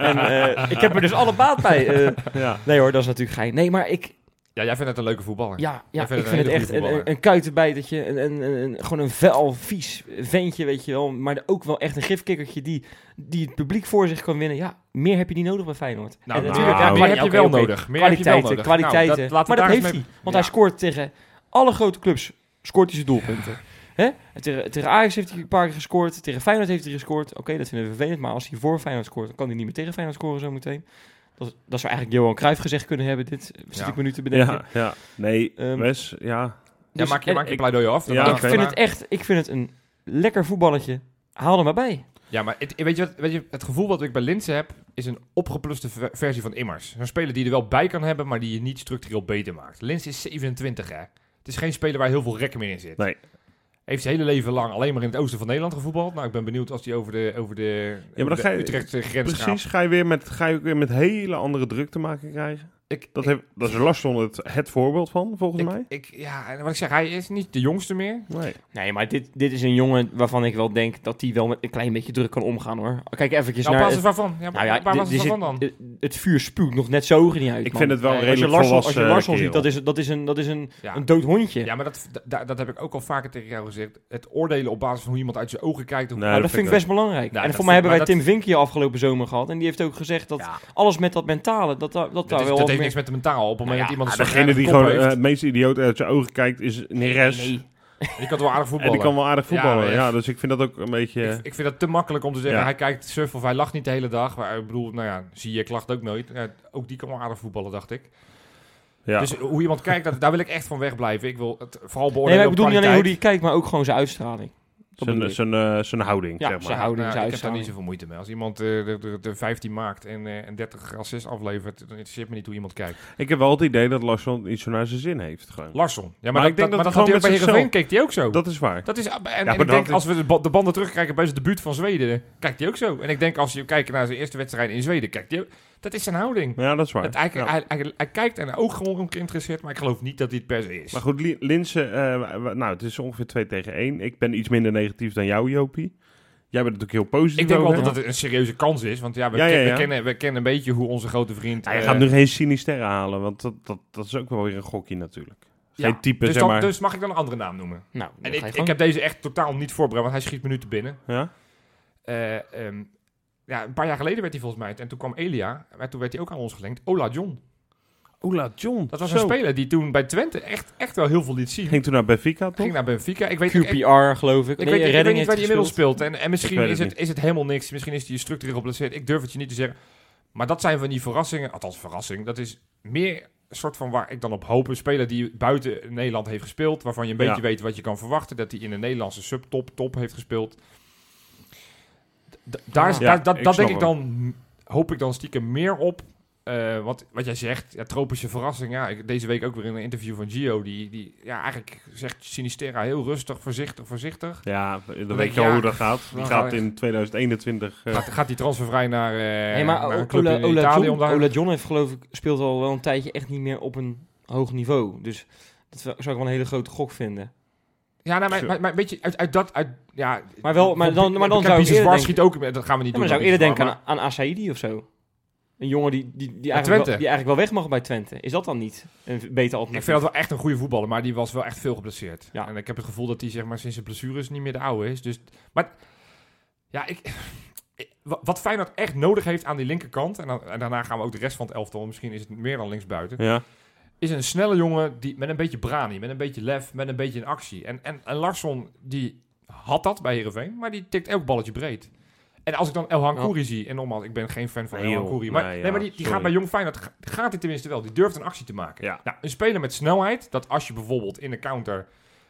Speaker 2: en eh, ik heb er dus alle baat bij. Eh,
Speaker 1: Ja.
Speaker 2: nee hoor, dat is natuurlijk gein. Nee, maar ik,
Speaker 3: Ja, jij vindt het een leuke voetballer.
Speaker 2: ja,
Speaker 3: Jij
Speaker 2: ja
Speaker 3: vindt
Speaker 2: ik
Speaker 3: het
Speaker 2: vind
Speaker 3: een
Speaker 2: het
Speaker 3: hele
Speaker 2: echt
Speaker 3: goede
Speaker 2: een,
Speaker 3: voetballer.
Speaker 2: een kuitenbijtertje. Een, een, een, een- gewoon een vuil, vies ventje, weet je wel. Maar ook wel echt een gifkikkertje die, die het publiek voor zich kan winnen. Ja, meer heb je niet nodig bij Feyenoord.
Speaker 3: Nou,
Speaker 2: En
Speaker 1: nou,
Speaker 2: natuurlijk,
Speaker 1: meer
Speaker 2: ja,
Speaker 3: meer
Speaker 2: kwali-
Speaker 3: heb je
Speaker 2: oké,
Speaker 3: wel
Speaker 2: oké.
Speaker 3: nodig. Meer heb je wel
Speaker 2: kwaliteiten,
Speaker 3: nodig.
Speaker 2: kwaliteiten.
Speaker 3: Nou, dat, laten we
Speaker 2: maar dat
Speaker 3: daar eens
Speaker 2: heeft
Speaker 3: mee-
Speaker 2: hij. Want
Speaker 3: Ja.
Speaker 2: hij scoort tegen alle grote clubs. Scoort hij zijn doelpunten. Hè? En Tegen, tegen Ajax heeft hij een paar keer gescoord. Tegen Feyenoord heeft hij gescoord. Oké, dat vinden we vervelend. Maar als hij voor Feyenoord scoort, dan kan hij niet meer tegen Feyenoord scoren zo meteen. Dat, dat zou eigenlijk Johan Cruijff gezegd kunnen hebben. Dit zit
Speaker 3: Ja.
Speaker 2: ik me nu te bedenken.
Speaker 1: Ja, ja. Nee,
Speaker 2: Ehm,
Speaker 1: Wes, ja.
Speaker 3: Ja, maak je,
Speaker 2: en-
Speaker 3: maak je
Speaker 1: ik-
Speaker 3: pleidooi af. Dan
Speaker 1: Ja,
Speaker 3: gaan
Speaker 2: dus ik
Speaker 3: we
Speaker 1: oké.
Speaker 2: vind
Speaker 3: daarna-
Speaker 2: het echt, ik vind het een lekker voetballetje. Haal er maar bij.
Speaker 3: Ja, maar het, weet, je wat, weet je, het gevoel wat ik bij Linse heb, is een opgepluste ver- versie van Immers. Een speler die je er wel bij kan hebben, maar die je niet structureel beter maakt. Linse is 27, hè. Het is geen speler waar heel veel rekken meer in zit.
Speaker 1: Nee.
Speaker 3: Heeft zijn hele leven lang alleen maar in het oosten van Nederland gevoetbald. Nou, ik ben benieuwd als hij over de, over de,
Speaker 1: dan
Speaker 3: over de
Speaker 1: ga je-
Speaker 3: Utrechtse grens
Speaker 1: Precies,
Speaker 3: gaat.
Speaker 1: ga je, weer met, ga je ook weer met hele andere druk te maken krijgen.
Speaker 3: Ik,
Speaker 1: Dat, heeft, dat is Larsson het, het voorbeeld van, volgens
Speaker 3: ik,
Speaker 1: mij.
Speaker 3: ik, ja, en wat ik zeg, hij is niet de jongste meer.
Speaker 1: Nee.
Speaker 2: Nee, maar dit, dit is een jongen waarvan ik wel denk dat hij wel met een klein beetje druk kan omgaan hoor. Kijk eventjes
Speaker 3: Nou, op
Speaker 2: naar...
Speaker 3: basis waarvan? Ja,
Speaker 2: Nou
Speaker 3: ja,
Speaker 2: ja,
Speaker 3: op basis
Speaker 2: dit- dit
Speaker 3: waarvan
Speaker 2: zit-
Speaker 3: dan?
Speaker 2: het, het vuur spuukt nog net zo ogen niet uit.
Speaker 1: Ik
Speaker 2: man.
Speaker 1: vind het wel
Speaker 3: Nee, als
Speaker 2: als je
Speaker 3: je
Speaker 1: redelijk
Speaker 2: Larsson, als
Speaker 1: volwassen eh,
Speaker 2: je Larsson
Speaker 1: kerel.
Speaker 2: ziet, dat is, dat is, een, dat is een,
Speaker 3: Ja.
Speaker 2: een dood hondje.
Speaker 3: Ja, maar dat, da- dat heb ik ook al vaker tegen jou gezegd. Het oordelen op basis van hoe iemand uit zijn ogen kijkt. Hoe,
Speaker 1: Nee,
Speaker 2: Nou, dat vind ik best belangrijk.
Speaker 3: Nou,
Speaker 2: en
Speaker 3: dat
Speaker 2: voor mij
Speaker 3: vind-
Speaker 2: hebben wij
Speaker 3: maar
Speaker 2: Tim Vinkie afgelopen zomer gehad. En die heeft ook gezegd dat
Speaker 3: Ja.
Speaker 2: alles met dat mentale, dat, daar- dat
Speaker 3: Dat,
Speaker 2: daar
Speaker 3: is,
Speaker 2: wel
Speaker 3: dat
Speaker 2: wat
Speaker 3: heeft
Speaker 2: meer-
Speaker 3: niks met de mentaal. Op het moment
Speaker 2: Nou
Speaker 3: dat
Speaker 2: ja,
Speaker 3: iemand een
Speaker 1: Degene die
Speaker 3: kop
Speaker 1: gewoon eh,
Speaker 3: heeft,
Speaker 1: het meest idioot uit zijn ogen kijkt, is Neres.
Speaker 2: Nee.
Speaker 3: die kan wel aardig
Speaker 1: En
Speaker 3: voetballen.
Speaker 1: die kan wel aardig
Speaker 3: Ja,
Speaker 1: voetballen. Ja,
Speaker 3: maar-
Speaker 1: dus ik vind dat ook een beetje...
Speaker 3: ik, ik vind dat te makkelijk om te zeggen,
Speaker 1: Ja.
Speaker 3: hij kijkt surf of hij lacht niet de hele dag. Maar ik bedoel, nou ja, zie je, klacht ook nooit. Ja, ook die kan wel aardig voetballen, dacht ik.
Speaker 1: ja.
Speaker 3: Dus hoe iemand kijkt, dat, daar wil ik echt van wegblijven. Ik wil het vooral
Speaker 2: Nee,
Speaker 3: beoordelen
Speaker 2: maar ik bedoel
Speaker 3: op
Speaker 2: niet alleen hoe
Speaker 3: kwaliteit.
Speaker 2: die kijkt, maar ook gewoon zijn uitstraling. Dat bedoel
Speaker 1: zijn,
Speaker 2: ik.
Speaker 1: zijn, eh, zijn houding,
Speaker 2: Ja,
Speaker 1: zeg maar.
Speaker 2: zijn houding,
Speaker 3: Nou,
Speaker 2: zijn
Speaker 3: ik heb daar
Speaker 2: uitstraling.
Speaker 3: niet zoveel moeite mee. Als iemand eh, er er- er 15 maakt en, eh, en 30 assist aflevert, dan interesseert me niet hoe iemand kijkt.
Speaker 1: Ik heb wel het idee dat Larsson niet zo naar zijn zin heeft. Gewoon.
Speaker 3: Larsson. Ja, maar,
Speaker 1: Maar
Speaker 3: dat,
Speaker 1: ik denk
Speaker 3: dat,
Speaker 1: dat
Speaker 3: maar
Speaker 1: het gewoon
Speaker 3: dat had hij ook
Speaker 1: met
Speaker 3: bij
Speaker 1: zichzelf-
Speaker 3: Heerenveen keek hij ook zo.
Speaker 1: Dat is waar.
Speaker 3: Dat is, en, en
Speaker 1: maar
Speaker 3: ik denk,
Speaker 1: dat-
Speaker 3: als we de, ba- de banden terugkijken bij zijn debuut van Zweden, kijkt hij ook zo. En ik denk, als je kijkt naar zijn eerste wedstrijd in Zweden, kijkt hij ook... Dat is zijn houding.
Speaker 1: Ja, dat is waar.
Speaker 3: Het, hij,
Speaker 1: Ja.
Speaker 3: hij, hij, hij kijkt en ook gewoon geïnteresseerd, maar ik geloof niet dat hij het per se is.
Speaker 1: Maar goed, Li- Linsen, eh, w- w- nou, het is ongeveer 2 tegen 1. Ik ben iets minder negatief dan jou, Jopie. Jij bent natuurlijk heel positief.
Speaker 3: ik denk wel
Speaker 1: over.
Speaker 3: dat het een serieuze kans is, want ja, we,
Speaker 1: Ja,
Speaker 3: ken-
Speaker 1: ja,
Speaker 3: we
Speaker 1: ja.
Speaker 3: kennen, we kennen een beetje hoe onze grote vriend...
Speaker 1: Hij
Speaker 3: eh,
Speaker 1: Nou, gaat nu geen Sinisterre halen, want dat, dat, dat is ook wel weer een gokje natuurlijk.
Speaker 3: ja.
Speaker 1: Geen type,
Speaker 3: dus,
Speaker 1: zeg
Speaker 3: dan-
Speaker 1: maar.
Speaker 3: dus mag ik dan een andere naam noemen?
Speaker 2: Nou,
Speaker 3: En
Speaker 2: dan
Speaker 3: ik,
Speaker 2: ga je
Speaker 3: ik
Speaker 2: gang.
Speaker 3: heb deze echt totaal niet voorbereid, want hij schiet me nu te binnen.
Speaker 1: Ja?
Speaker 3: Eh, ehm, ja, een paar jaar geleden werd hij volgens mij, het. en toen kwam Elia, en toen werd hij ook aan ons gelinkt, Ola John.
Speaker 1: Ola John.
Speaker 3: Dat was een speler die toen bij Twente echt, echt wel heel veel liet zien.
Speaker 1: Ging toen naar Benfica,
Speaker 3: ging
Speaker 1: toch?
Speaker 3: naar Benfica. Ik weet, ik, ik,
Speaker 2: QPR, geloof ik.
Speaker 3: weet,
Speaker 2: Nee,
Speaker 3: ik weet
Speaker 2: redding
Speaker 3: niet waar hij
Speaker 2: heeft
Speaker 3: inmiddels
Speaker 2: gespeeld.
Speaker 3: speelt. En, en misschien
Speaker 1: Ik weet
Speaker 3: is
Speaker 1: het
Speaker 3: het, is het helemaal niks. Misschien is hij structureel geblesseerd. Ik durf het je niet te zeggen. Maar dat zijn van die verrassingen. Althans, verrassing. Dat is meer een soort van waar ik dan op hoop. Een speler die buiten Nederland heeft gespeeld. Waarvan je een beetje
Speaker 1: Ja.
Speaker 3: weet wat je kan verwachten. Dat hij in een Nederlandse subtop top heeft gespeeld. D- daar is-
Speaker 1: Ja,
Speaker 3: daar, dat
Speaker 1: ik
Speaker 3: dat denk
Speaker 1: snap
Speaker 3: ik
Speaker 1: hem.
Speaker 3: dan, hoop ik dan stiekem meer op eh, want wat jij zegt, ja, tropische verrassing. Ja, ik- deze week ook weer in een interview van Gio. Die, die ja, eigenlijk zegt Sinistera heel rustig, voorzichtig, voorzichtig.
Speaker 1: Ja, dan
Speaker 3: denk
Speaker 1: weet
Speaker 3: ik,
Speaker 1: je al
Speaker 3: ja,
Speaker 1: hoe dat gaat. Die
Speaker 3: dan
Speaker 1: gaat
Speaker 3: ga ik-
Speaker 1: in 2021... eh,
Speaker 3: Gaat, gaat die transfervrij naar, eh
Speaker 2: Nee, maar
Speaker 3: naar
Speaker 2: O-
Speaker 3: een club
Speaker 2: Ola,
Speaker 3: in
Speaker 2: Ola
Speaker 3: Italië?
Speaker 2: John,
Speaker 3: om daar-
Speaker 2: Ola John heeft geloof ik, speelt al wel een tijdje echt niet meer op een hoog niveau. Dus dat zou ik wel een hele grote gok vinden.
Speaker 3: Ja, nou, maar, maar, maar een beetje uit, uit dat... Uit, ja,
Speaker 2: Maar wel- maar dan- maar dan zou ik eerder
Speaker 3: Zwart schiet ook... Dat gaan we niet
Speaker 2: Ja, maar dan
Speaker 3: doen.
Speaker 2: zou ik
Speaker 3: dat
Speaker 2: eerder
Speaker 3: is waar,
Speaker 2: denken aan, aan Asaidi of zo. Een jongen die, die, die, eigenlijk
Speaker 3: Twente.
Speaker 2: wel, die eigenlijk wel weg mag bij Twente. Is dat dan niet een v- beter
Speaker 3: Ik
Speaker 2: alternatief?
Speaker 3: vind dat wel echt een goede voetballer, maar die was wel echt veel geblesseerd.
Speaker 2: Ja.
Speaker 3: En ik heb het gevoel dat hij zeg maar, sinds zijn blessures niet meer de oude is. Dus, maar ja, ik, ik- wa- wat Feyenoord echt nodig heeft aan die linkerkant, en, dan- en daarna gaan we ook de rest van het elftal, misschien is het meer dan linksbuiten,
Speaker 1: ja.
Speaker 3: is een snelle jongen die, met een beetje brani, met een beetje lef, met een beetje een actie. En, en, en Larsson, die had dat bij Heerenveen, maar die tikt elk balletje breed. En als ik dan El Hankouri zie, en nogmaals, ik ben geen fan van
Speaker 1: Nee,
Speaker 3: El
Speaker 1: joh.
Speaker 3: Hankouri, maar,
Speaker 1: Nee, ja,
Speaker 3: nee, maar die, die
Speaker 1: sorry.
Speaker 3: gaat bij Jong Feyenoord, ga- gaat hij tenminste wel, die durft een actie te maken.
Speaker 1: Ja.
Speaker 3: Nou, een speler met snelheid, dat als je bijvoorbeeld in de counter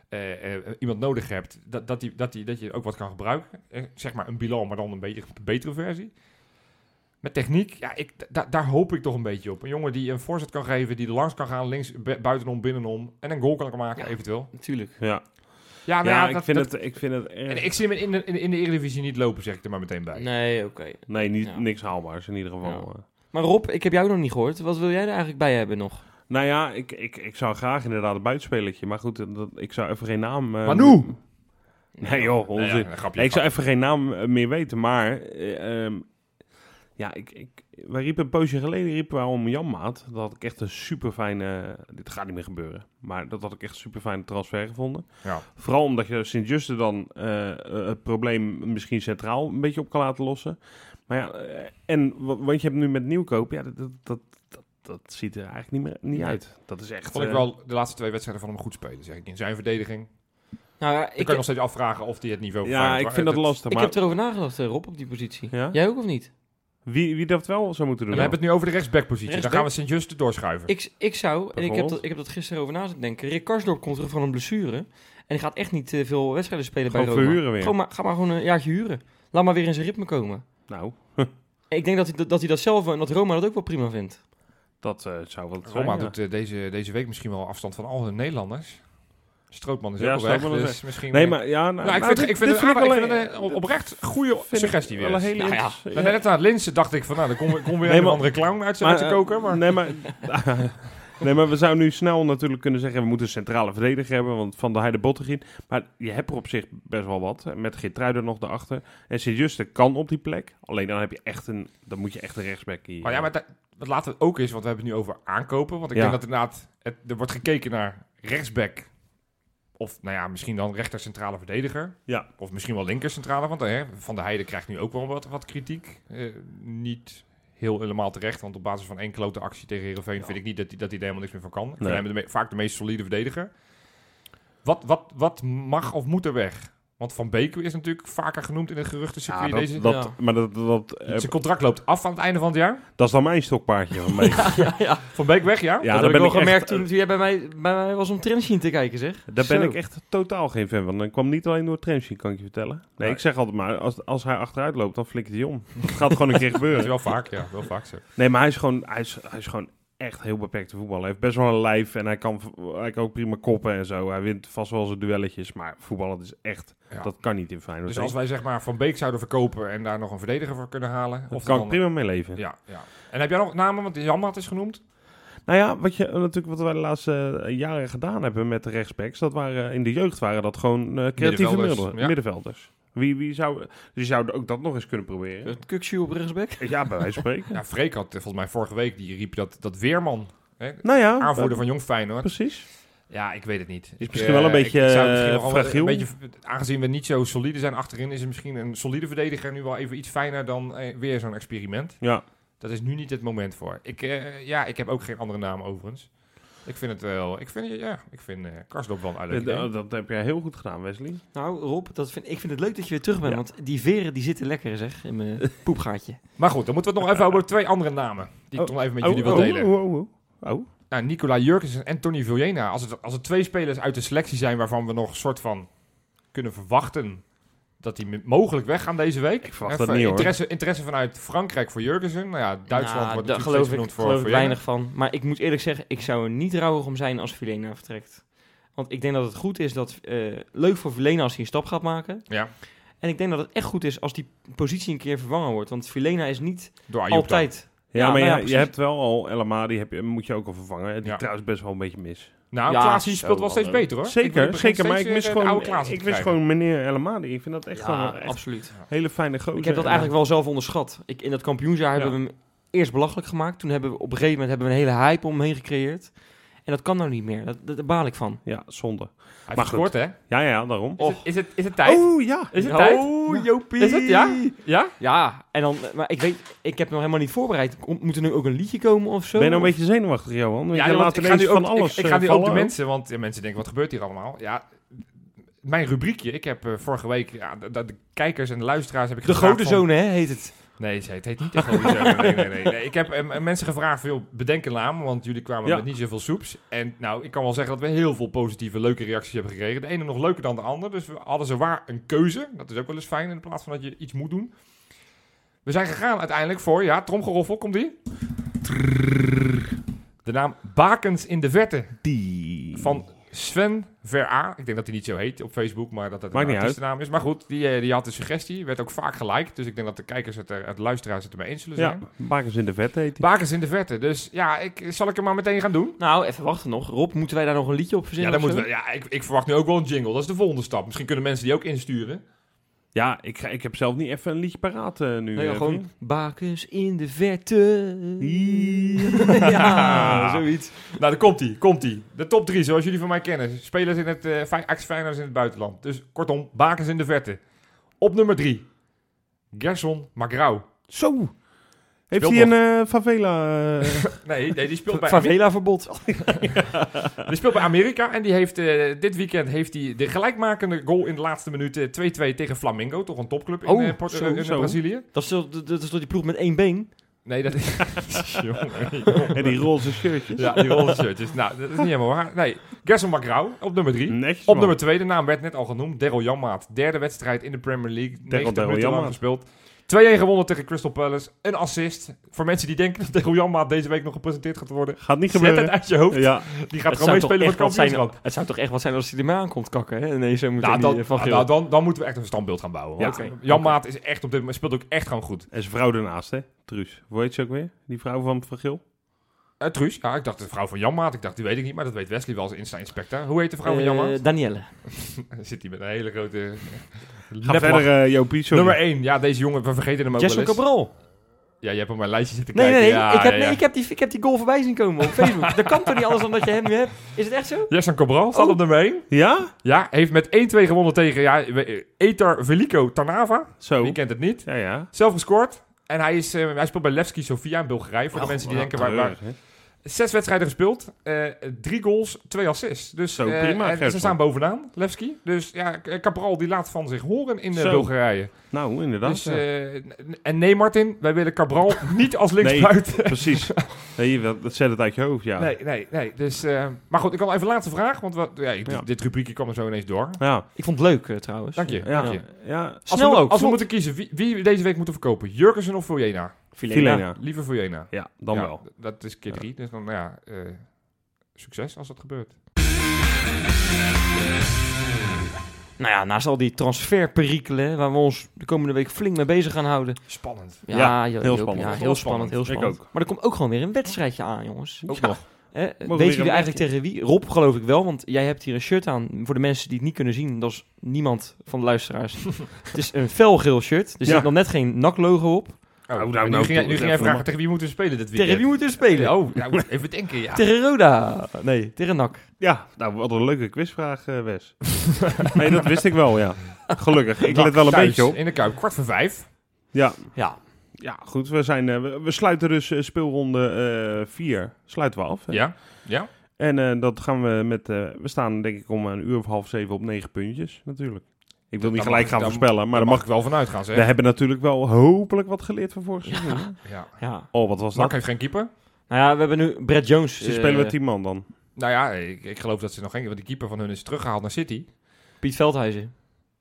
Speaker 3: eh, eh, iemand nodig hebt, dat, dat, die, dat, die, dat je ook wat kan gebruiken. Eh, zeg maar een Bilal, maar dan een beetje een betere versie. Met techniek, ja, ik, da- daar hoop ik toch een beetje op. Een jongen die een voorzet kan geven, die er langs kan gaan, links, bu- buitenom, binnenom. En een goal kan maken,
Speaker 2: Ja.
Speaker 3: eventueel.
Speaker 2: Natuurlijk.
Speaker 1: Ja,
Speaker 3: Ja, nou
Speaker 1: ja,
Speaker 3: ja,
Speaker 1: ik,
Speaker 3: dat-
Speaker 1: vind
Speaker 3: dat-
Speaker 1: het, ik vind het erg...
Speaker 3: en ik zie hem in de, in, de- in de Eredivisie niet lopen, zeg ik er maar meteen bij.
Speaker 2: Nee, oké.
Speaker 1: Nee, niet,
Speaker 2: Ja.
Speaker 1: niks haalbaars in ieder geval.
Speaker 2: Ja.
Speaker 1: eh.
Speaker 2: Maar Rob, ik heb jou nog niet gehoord. Wat wil jij er eigenlijk bij hebben nog?
Speaker 1: Nou ja, ik, ik, ik zou graag inderdaad een buitenspelletje. Maar goed, eh, dat, dat- ik zou even geen naam... eh,
Speaker 3: Manu!
Speaker 1: Nee joh,
Speaker 3: Nou ja,
Speaker 1: onzin.
Speaker 3: een grapje.
Speaker 1: Nee, ik zou even geen naam eh, meer weten, maar... eh, ehm, ja, ik, ik, wij riepen een poosje geleden riepen wij om Janmaat. Dat had ik echt een super fijne... Dit gaat niet meer gebeuren. Maar dat had ik echt een super fijne transfer gevonden.
Speaker 3: Ja.
Speaker 1: Vooral omdat je Sint-Juste dan eh, eh, het probleem misschien centraal een beetje op kan laten lossen. Maar ja, eh, en wa- want je hebt nu met nieuwkoop, ja, dat, dat, dat, dat, dat ziet er eigenlijk niet meer niet uit. Dat is echt.
Speaker 3: Vond ik
Speaker 1: eh,
Speaker 3: wel de laatste twee wedstrijden van hem goed spelen, zeg ik. In zijn verdediging. Dan
Speaker 2: Nou ja,
Speaker 3: ik
Speaker 2: ik,
Speaker 3: kan je nog steeds afvragen of hij het niveau van
Speaker 1: ja,
Speaker 3: Feyenoord
Speaker 1: ik
Speaker 3: wa-
Speaker 1: vind dat
Speaker 3: het-
Speaker 1: lastig.
Speaker 2: ik
Speaker 1: Maar
Speaker 2: heb erover nagedacht, eh, Rob, op die positie.
Speaker 1: Ja?
Speaker 2: Jij ook of niet?
Speaker 1: wie, wie dat wel zou moeten
Speaker 3: En
Speaker 1: doen.
Speaker 3: we hebben het nu over de rechtsbackpositie. Dan
Speaker 2: Rechtsback.
Speaker 3: gaan we Sint-Juste doorschuiven.
Speaker 2: Ik, ik zou, en ik heb,
Speaker 1: Bijvoorbeeld?
Speaker 2: dat, ik heb dat gisteren over na zitten denken. Rick Karsdorp komt terug van een blessure. En die gaat echt niet eh, veel wedstrijden spelen bij
Speaker 1: Gewoon
Speaker 2: Roma.
Speaker 1: verhuren weer.
Speaker 2: Gewoon maar, ga maar gewoon een jaartje huren. Laat maar weer in zijn ritme komen.
Speaker 1: Nou,
Speaker 2: En ik denk dat hij dat, dat hij dat zelf wel- en dat Roma dat ook wel prima vindt.
Speaker 1: dat eh, zou wel.
Speaker 3: Roma
Speaker 1: zijn, ja.
Speaker 3: doet eh, deze, deze week misschien wel afstand van alle Nederlanders. Strootman is
Speaker 1: Ja,
Speaker 3: ook al weg,
Speaker 1: Strootman is
Speaker 3: dus
Speaker 1: weg.
Speaker 3: misschien...
Speaker 1: Nee, maar ja, nou,
Speaker 3: Nou, ik
Speaker 1: nou,
Speaker 3: vind,
Speaker 1: dit-
Speaker 3: ik vind
Speaker 1: dit
Speaker 3: het aardig- ik
Speaker 1: alleen-
Speaker 3: vind het een op- oprecht goede
Speaker 1: vind ik
Speaker 3: suggestie weer.
Speaker 1: wel een
Speaker 3: eens.
Speaker 1: hele
Speaker 2: Nou ja.
Speaker 1: interessante-
Speaker 3: Nou, net aan het linsen dacht ik van, nou, dan kom, kom weer
Speaker 1: Nee,
Speaker 3: een
Speaker 1: maar-
Speaker 3: andere clown uit zijn uit zijn
Speaker 1: eh,
Speaker 3: koker. Maar
Speaker 1: Nee, maar, nee, maar we zouden nu snel natuurlijk kunnen zeggen... we moeten een centrale verdediger hebben, want Van der Heide Bottegien. Maar je hebt er op zich best wel wat. hè, Met Geertruiden nog daarachter. En Sint-Juste kan op die plek. Alleen dan heb je echt een... Dan moet je echt een rechtsback hier. eh.
Speaker 3: Maar Oh ja, maar dat, dat laten we ook eens, want we hebben het nu over aankopen. Want ik
Speaker 1: Ja.
Speaker 3: denk dat inderdaad, het, er wordt gekeken naar rechtsback. Of nou ja, misschien dan rechter centrale verdediger.
Speaker 1: Ja.
Speaker 3: Of misschien wel linker centrale. Want hè, Van der Heijden krijgt nu ook wel wat, wat kritiek. Eh, niet heel helemaal terecht, want op basis van één klote actie tegen Heerenveen... vind ik niet dat hij dat die er helemaal niks meer van kan. Ik vind
Speaker 1: Nee.
Speaker 3: hem de me- vaak de meest solide verdediger. Wat, wat, wat mag of moet er weg? Want Van Beek is natuurlijk vaker genoemd in het
Speaker 1: Ja,
Speaker 3: geruchtencircuit.
Speaker 1: dat,
Speaker 3: deze,
Speaker 1: dat,
Speaker 2: ja.
Speaker 1: Maar dat, dat, eh,
Speaker 3: zijn contract loopt af aan het einde van het jaar.
Speaker 1: dat is dan mijn stokpaardje van mij. ja,
Speaker 2: Ja, ja.
Speaker 3: Van Beek weg, ja?
Speaker 2: dat
Speaker 1: daar
Speaker 2: heb ik
Speaker 1: ben
Speaker 2: wel
Speaker 1: ik
Speaker 2: gemerkt
Speaker 1: echt... eh,
Speaker 2: toen, toen jij bij mij, bij mij was om trends zien te kijken, zeg.
Speaker 1: Daar ben
Speaker 2: Zo.
Speaker 1: ik echt totaal geen fan van. Dat kwam niet alleen door Tremsje, kan ik je vertellen. Nee,
Speaker 3: Nee.
Speaker 1: ik zeg altijd maar, als, als hij achteruit loopt, dan flikkert hij om. Het gaat gewoon een keer gebeuren.
Speaker 3: Dat is wel vaak, ja. Wel vaak zo.
Speaker 1: Nee, maar hij is gewoon, hij is, hij is gewoon echt heel beperkte voetballer. Hij heeft best wel een lijf en hij kan, v- hij kan ook prima koppen en zo. Hij wint vast wel zijn duelletjes, maar voetballen is echt...
Speaker 3: Ja.
Speaker 1: Dat kan niet in Feyenoord.
Speaker 3: Dus als wij zeg maar Van Beek zouden verkopen en daar nog een verdediger voor kunnen halen...
Speaker 1: Daar
Speaker 3: of
Speaker 1: kan
Speaker 3: dan-
Speaker 1: ik prima mee leven.
Speaker 3: Ja, ja. En heb jij nog namen? Want Janmaat is genoemd.
Speaker 1: Nou ja, wat, je, eh, natuurlijk, wat wij de laatste eh, jaren gedaan hebben met de rechtsbacks... Dat waren, in de jeugd waren dat gewoon eh, creatieve
Speaker 3: Middenvelders,
Speaker 1: middenvelders.
Speaker 3: ja.
Speaker 1: middenvelders. Wie, wie zou... Dus je zou ook dat nog eens kunnen proberen.
Speaker 2: Het Kukshoe op rechtsback.
Speaker 1: Ja, bij wijze van spreken.
Speaker 3: Ja, Freek had eh, volgens mij vorige week, die riep dat, dat Weerman... Hè?
Speaker 1: Nou ja,
Speaker 3: Aanvoerder
Speaker 1: eh,
Speaker 3: van Jong Feyenoord.
Speaker 1: precies.
Speaker 3: Ja, ik weet het niet. Ik,
Speaker 1: misschien
Speaker 3: eh,
Speaker 1: wel een beetje,
Speaker 3: ik zou het misschien
Speaker 1: eh,
Speaker 3: nog wel
Speaker 1: fragiel.
Speaker 3: Een beetje, aangezien we niet zo solide zijn achterin, is het misschien een solide verdediger nu wel even iets fijner dan eh, weer zo'n experiment.
Speaker 1: Ja.
Speaker 3: Dat is nu niet het moment voor. Ik, eh, ja, ik heb ook geen andere naam overigens. Ik vind het wel. Ik vind, ja, ik vind eh Karsdorp wel een aardig idee.
Speaker 1: Dat, dat heb jij heel goed gedaan, Wesley.
Speaker 2: Nou, Rob, dat vind, ik vind het leuk dat je weer terug bent.
Speaker 1: Ja.
Speaker 2: Want die veren die zitten lekker, zeg, in mijn poepgaatje.
Speaker 3: Maar goed, dan moeten we het nog even over twee andere namen. Die ik
Speaker 1: Oh,
Speaker 3: toch nog even met jullie wil delen.
Speaker 1: oh, oh, oh, oh.
Speaker 3: Nou, Nicola Jurgensen en Tony Villena. Als het, als het twee spelers uit de selectie zijn waarvan we nog een soort van kunnen verwachten dat die m- mogelijk weggaan deze week.
Speaker 1: Ik verwacht
Speaker 3: Hè,
Speaker 1: dat
Speaker 3: voor
Speaker 1: niet, hoor.
Speaker 3: interesse, interesse vanuit Frankrijk voor Jurgensen. Nou ja, Duitsland
Speaker 2: Nou,
Speaker 3: wordt
Speaker 2: daar
Speaker 3: natuurlijk
Speaker 2: geloof
Speaker 3: steeds genoemd
Speaker 2: ik,
Speaker 3: voor,
Speaker 2: geloof
Speaker 3: voor
Speaker 2: ik
Speaker 3: Jurgen.
Speaker 2: weinig van. Maar ik moet eerlijk zeggen, ik zou er niet rouwig om zijn als Vilena vertrekt. Want ik denk dat het goed is dat... eh, leuk voor Vilena als hij een stap gaat maken.
Speaker 3: Ja,
Speaker 2: En ik denk dat het echt goed is als die positie een keer vervangen wordt. Want Vilena is niet
Speaker 3: door Ayoub
Speaker 2: altijd...
Speaker 1: Ja,
Speaker 2: Ja,
Speaker 1: maar
Speaker 2: nou
Speaker 1: ja,
Speaker 2: ja,
Speaker 1: je
Speaker 2: precies.
Speaker 1: hebt wel al El Amadi, heb je, moet je ook al vervangen. Die
Speaker 3: Ja.
Speaker 1: trouwens best wel een beetje mis.
Speaker 3: dan. Nou,
Speaker 2: Ja,
Speaker 3: Klaas die
Speaker 2: zo
Speaker 3: speelt wel steeds
Speaker 2: wel.
Speaker 3: beter hoor. Ik
Speaker 1: eh, Zeker,
Speaker 3: begin
Speaker 1: zeker.
Speaker 3: steeds
Speaker 1: Maar ik
Speaker 3: weer
Speaker 1: mis
Speaker 3: de
Speaker 1: gewoon,
Speaker 3: oude Klaassen
Speaker 1: ik
Speaker 3: te
Speaker 1: mis
Speaker 3: krijgen.
Speaker 1: gewoon meneer El Amadi. Ik vind dat echt
Speaker 2: ja,
Speaker 1: gewoon een echt
Speaker 2: absoluut.
Speaker 1: hele fijne gozer.
Speaker 2: Ik heb dat
Speaker 3: nou?
Speaker 1: En,
Speaker 2: eigenlijk wel zelf onderschat. Ik, in dat kampioensjaar
Speaker 1: Ja.
Speaker 2: hebben we hem eerst belachelijk gemaakt. Toen hebben we op een gegeven moment hebben we een hele hype omheen gecreëerd. En dat kan nou niet meer. Dat, dat- daar baal ik van.
Speaker 1: Ja, zonde. Maar
Speaker 3: Hij heeft gescoord hè?
Speaker 1: Ja, ja, daarom.
Speaker 3: Is het- Is het- is het tijd?
Speaker 1: Oh, ja.
Speaker 3: Is het
Speaker 2: Ja.
Speaker 3: tijd?
Speaker 1: Oh, Jopie.
Speaker 3: Is het, ja? Ja?
Speaker 2: Ja, en dan, maar ik weet, ik heb nog helemaal niet voorbereid. Kom- Moet er nu ook een liedje komen of zo?
Speaker 1: Ben je nou een beetje zenuwachtig, Johan? Want
Speaker 3: Ja,
Speaker 1: je
Speaker 3: want
Speaker 1: laat
Speaker 3: ik
Speaker 1: ineens
Speaker 3: ga nu ook,
Speaker 1: van alles
Speaker 3: Ik, ik ga
Speaker 1: eh,
Speaker 3: nu ook de
Speaker 1: vallen.
Speaker 3: mensen, want ja, mensen denken, wat gebeurt hier allemaal? Ja, mijn rubriekje, ik heb eh, vorige week, ja, de, de- de kijkers en de luisteraars heb ik
Speaker 2: de
Speaker 3: gevraagd
Speaker 2: grote
Speaker 3: van-
Speaker 2: zone, hè, heet het.
Speaker 3: Nee, ze- het heet niet de Gouden Zoon. Nee, nee, nee, nee. Ik heb eh, m- mensen gevraagd, veel bedenk een naam, want jullie kwamen
Speaker 1: Ja.
Speaker 3: met niet zoveel soeps. En nou, ik kan wel zeggen dat we heel veel positieve, leuke reacties hebben gekregen. De ene nog leuker dan de ander, dus we hadden ze waar een keuze. Dat is ook wel eens fijn in plaats van dat je iets moet doen. We zijn gegaan uiteindelijk voor, ja, tromgeroffel, komt die? De naam Bakens in de Verte
Speaker 1: Die.
Speaker 3: van Sven Vera. Ik denk dat hij niet zo heet op Facebook, maar dat dat
Speaker 1: Maakt
Speaker 3: een
Speaker 1: niet
Speaker 3: artiestennaam is. Maar goed, die, eh, die had de suggestie, werd ook vaak geliked. Dus ik denk dat de kijkers het er, het luisteraars het ermee eens zullen
Speaker 1: Ja,
Speaker 3: zijn.
Speaker 1: bakens in de vet heet die.
Speaker 3: Bakens in de verte. Dus ja, ik, zal ik hem maar meteen gaan doen?
Speaker 2: Nou, even wachten nog. Rob, moeten wij daar nog een liedje op
Speaker 3: Ja,
Speaker 2: verzinnen?
Speaker 3: dan
Speaker 2: of
Speaker 3: moeten
Speaker 2: zo?
Speaker 3: we, ja ik, ik verwacht nu ook wel een jingle. Dat is de volgende stap. Misschien kunnen mensen die ook insturen.
Speaker 1: Ja, ik, ga- ik heb zelf niet even een liedje paraat eh, nu.
Speaker 2: Nee,
Speaker 1: eh,
Speaker 2: gewoon
Speaker 1: vriend.
Speaker 2: bakens in de verte.
Speaker 1: Die.
Speaker 2: ja, zoiets.
Speaker 3: Nou, daar komt hij. Komt hij. De top drie, zoals jullie van mij kennen. Spelers in het, eh fi- ex-Feyenoorders in het buitenland. Dus kortom, bakens in de verte. Op nummer drie. Gerson Magrau.
Speaker 1: Zo. Heeft
Speaker 3: Speelt
Speaker 1: hij een eh, favela... eh,
Speaker 3: Nee, nee, die speelt bij
Speaker 2: Favela-verbod.
Speaker 3: Die speelt bij Amerika en die heeft, eh, dit weekend heeft hij de gelijkmakende goal in de laatste minuut eh, 2-2 tegen Flamengo. Toch een topclub in,
Speaker 2: Oh,
Speaker 3: eh, Port-
Speaker 2: zo,
Speaker 3: eh, in
Speaker 1: zo.
Speaker 3: Brazilië.
Speaker 2: Dat is toch- dat is toch die ploeg met één been?
Speaker 3: Nee, dat is... Jongen,
Speaker 1: en die roze shirtjes.
Speaker 3: Ja, die roze shirtjes. Nou, dat is niet helemaal waar. Nee, Gerson Macrau op nummer 3.
Speaker 1: Netjes,
Speaker 3: Op
Speaker 1: man.
Speaker 3: nummer 2, de naam werd net al genoemd, Daryl Janmaat. Derde wedstrijd in de Premier League, 90
Speaker 1: Daryl
Speaker 3: minuten lang
Speaker 1: Janmaat.
Speaker 3: gespeeld. 2-1 gewonnen tegen Crystal Palace. Een assist. Voor mensen die denken dat Daryl Janmaat deze week nog gepresenteerd gaat worden.
Speaker 1: Gaat niet
Speaker 3: Zet het
Speaker 1: gebeuren.
Speaker 3: uit je hoofd.
Speaker 1: Ja,
Speaker 3: Die gaat gewoon meespelen voor het
Speaker 2: wat zijn,
Speaker 3: kampioenschap.
Speaker 2: het zou toch echt wat zijn als hij ermee aankomt kakken, hè? Nee, zo moet
Speaker 3: Nou,
Speaker 2: hij
Speaker 3: dan,
Speaker 2: niet, eh, van
Speaker 3: nou,
Speaker 2: Geel.
Speaker 3: dan, dan moeten we echt een standbeeld gaan bouwen.
Speaker 1: Ja,
Speaker 3: want
Speaker 2: oké.
Speaker 3: Jan Maat is echt op dit moment speelt ook echt gewoon goed.
Speaker 1: en zijn vrouw daarnaast, hè? Truus. Hoe heet ze ook weer? Die vrouw van Van Geel?
Speaker 3: Eh, Truus, ja, ik dacht de vrouw van Jan Maat. Ik dacht, die weet ik niet, maar dat weet Wesley wel als Insta Inspector. Hoe heet de vrouw van Jan
Speaker 2: Eh,
Speaker 3: Maat?
Speaker 2: Danielle.
Speaker 3: Zit hij met een hele grote.
Speaker 1: Ga
Speaker 3: neplach.
Speaker 1: verder, eh, Jopie. Sorry.
Speaker 3: Nummer 1. Ja, deze jongen, we vergeten hem ook
Speaker 2: Jesse
Speaker 3: wel eens.
Speaker 2: Cabral.
Speaker 3: Ja, je hebt op mijn lijstje zitten
Speaker 2: Nee,
Speaker 3: kijken.
Speaker 2: nee, nee.
Speaker 3: Ja,
Speaker 2: ik, heb,
Speaker 3: ja,
Speaker 2: nee
Speaker 3: ja.
Speaker 2: ik, heb die, ik heb die goal voorbij zien komen op Facebook. dat kan toch niet anders dan dat je hem nu hebt? Is het echt zo?
Speaker 3: Jesse Cabral staat
Speaker 2: Oh.
Speaker 3: op nummer 1.
Speaker 1: Ja?
Speaker 3: Ja, heeft met 1-2 gewonnen tegen ja, we- eh, Etar Veliko Tarnava.
Speaker 2: Oh.
Speaker 1: Zo.
Speaker 3: Wie kent het niet?
Speaker 1: Ja, ja.
Speaker 3: Zelf gescoord. En hij, is, eh, hij speelt bij Levski Sofia in Bulgarije.
Speaker 2: Oh,
Speaker 3: Voor de mensen die denken, waar, waar,
Speaker 1: Treurig, hè?
Speaker 3: Zes wedstrijden gespeeld, eh, drie goals, twee assists. Dus
Speaker 1: Zo,
Speaker 3: eh,
Speaker 1: prima,
Speaker 3: en ze
Speaker 1: Gerson.
Speaker 3: staan bovenaan, Levski. Dus ja, K- Cabral die laat van zich horen in eh,
Speaker 1: Zo.
Speaker 3: Bulgarije.
Speaker 1: Nou, inderdaad.
Speaker 3: Dus,
Speaker 1: ja.
Speaker 3: eh, n- en nee, Martin, wij willen Cabral niet als linksbuiten.
Speaker 1: Precies. Nee, je wilt- dat zet het uit je hoofd, ja.
Speaker 3: Nee, nee, nee. Dus, eh, maar goed, ik had even een laatste vraag, want wat, ja, dit,
Speaker 1: Ja.
Speaker 3: dit rubriekje kwam er zo ineens door.
Speaker 1: Ja,
Speaker 2: Ik vond het leuk, eh, trouwens.
Speaker 3: Dank je.
Speaker 1: ja,
Speaker 3: dank je.
Speaker 1: ja. ja.
Speaker 3: Als,
Speaker 2: Snel
Speaker 3: we, mo-
Speaker 2: ook,
Speaker 3: als we
Speaker 2: vlot.
Speaker 3: moeten kiezen wie, wie we deze week moeten verkopen, Jurgensen of Viljena?
Speaker 1: Filena.
Speaker 3: Liever Viljena.
Speaker 1: Ja, dan
Speaker 3: Ja,
Speaker 1: wel.
Speaker 3: d- Dat is keer
Speaker 1: Ja.
Speaker 3: drie, dus dan nou ja, eh, succes als dat gebeurt.
Speaker 2: Nou ja, naast al die transferperikelen, waar we ons de komende week flink mee bezig gaan houden.
Speaker 3: Spannend.
Speaker 2: Ja,
Speaker 1: Ja,
Speaker 2: jo-
Speaker 1: heel
Speaker 2: jo-
Speaker 1: spannend.
Speaker 2: Ja,
Speaker 3: Heel
Speaker 2: heel spannend, heel
Speaker 1: spannend. Ik
Speaker 2: spannend. Maar er komt ook Oh. gewoon weer een wedstrijdje aan, jongens.
Speaker 3: Ook
Speaker 1: Ja.
Speaker 3: nog.
Speaker 2: Hè,
Speaker 1: weer
Speaker 2: weet
Speaker 1: een
Speaker 2: jullie eigenlijk tegen wie? Rob, geloof ik wel, want jij hebt hier een shirt aan. Voor de mensen die het niet kunnen zien, dat is niemand van de luisteraars. het is een felgeel shirt. Er zit
Speaker 1: Ja.
Speaker 2: nog net geen NAC-logo op.
Speaker 3: Oh,
Speaker 1: nou,
Speaker 3: nu
Speaker 1: nou,
Speaker 3: ging, jij-
Speaker 1: doe
Speaker 3: nu
Speaker 1: het
Speaker 3: ging jij
Speaker 1: even,
Speaker 3: vragen
Speaker 1: man.
Speaker 3: tegen wie moeten we spelen dit weekend.
Speaker 2: Tegen wie moeten we spelen?
Speaker 3: Oh, nou, even denken, ja.
Speaker 2: Tegen Roda. Nee, tegen NAC.
Speaker 1: Ja, nou, wat een leuke quizvraag, eh, Wes. nee, dat wist ik wel, ja. Gelukkig. Ik let wel een
Speaker 3: Thuis,
Speaker 1: beetje op.
Speaker 3: In de Kuip, kwart voor vijf.
Speaker 1: Ja,
Speaker 2: Ja.
Speaker 1: ja goed. We, zijn, eh, we, we sluiten dus eh, speelronde 4. sluiten we af. hè.
Speaker 3: Ja, ja.
Speaker 1: En eh, dat gaan we met... eh, we staan denk ik om een uur of half zeven op negen puntjes, natuurlijk. Ik wil
Speaker 3: Dan
Speaker 1: niet
Speaker 3: mag
Speaker 1: gelijk
Speaker 3: ik-
Speaker 1: gaan
Speaker 3: dan-
Speaker 1: voorspellen, maar
Speaker 3: Daar
Speaker 1: dan
Speaker 3: mag
Speaker 1: mag
Speaker 3: ik wel van uitgaan,
Speaker 1: We
Speaker 3: zeg.
Speaker 1: hebben natuurlijk wel hopelijk wat geleerd van vorig seizoen. hè?
Speaker 3: Ja.
Speaker 2: ja.
Speaker 1: Oh, wat was
Speaker 3: Nak
Speaker 1: dat?
Speaker 3: heeft geen keeper.
Speaker 2: Nou ja, we hebben nu Brett Jones.
Speaker 1: Ze
Speaker 2: eh,
Speaker 1: spelen met tien man dan.
Speaker 3: Nou ja, ik, ik geloof dat ze nog geen... Want die keeper van hun is teruggehaald naar City.
Speaker 2: Piet Veldhuizen.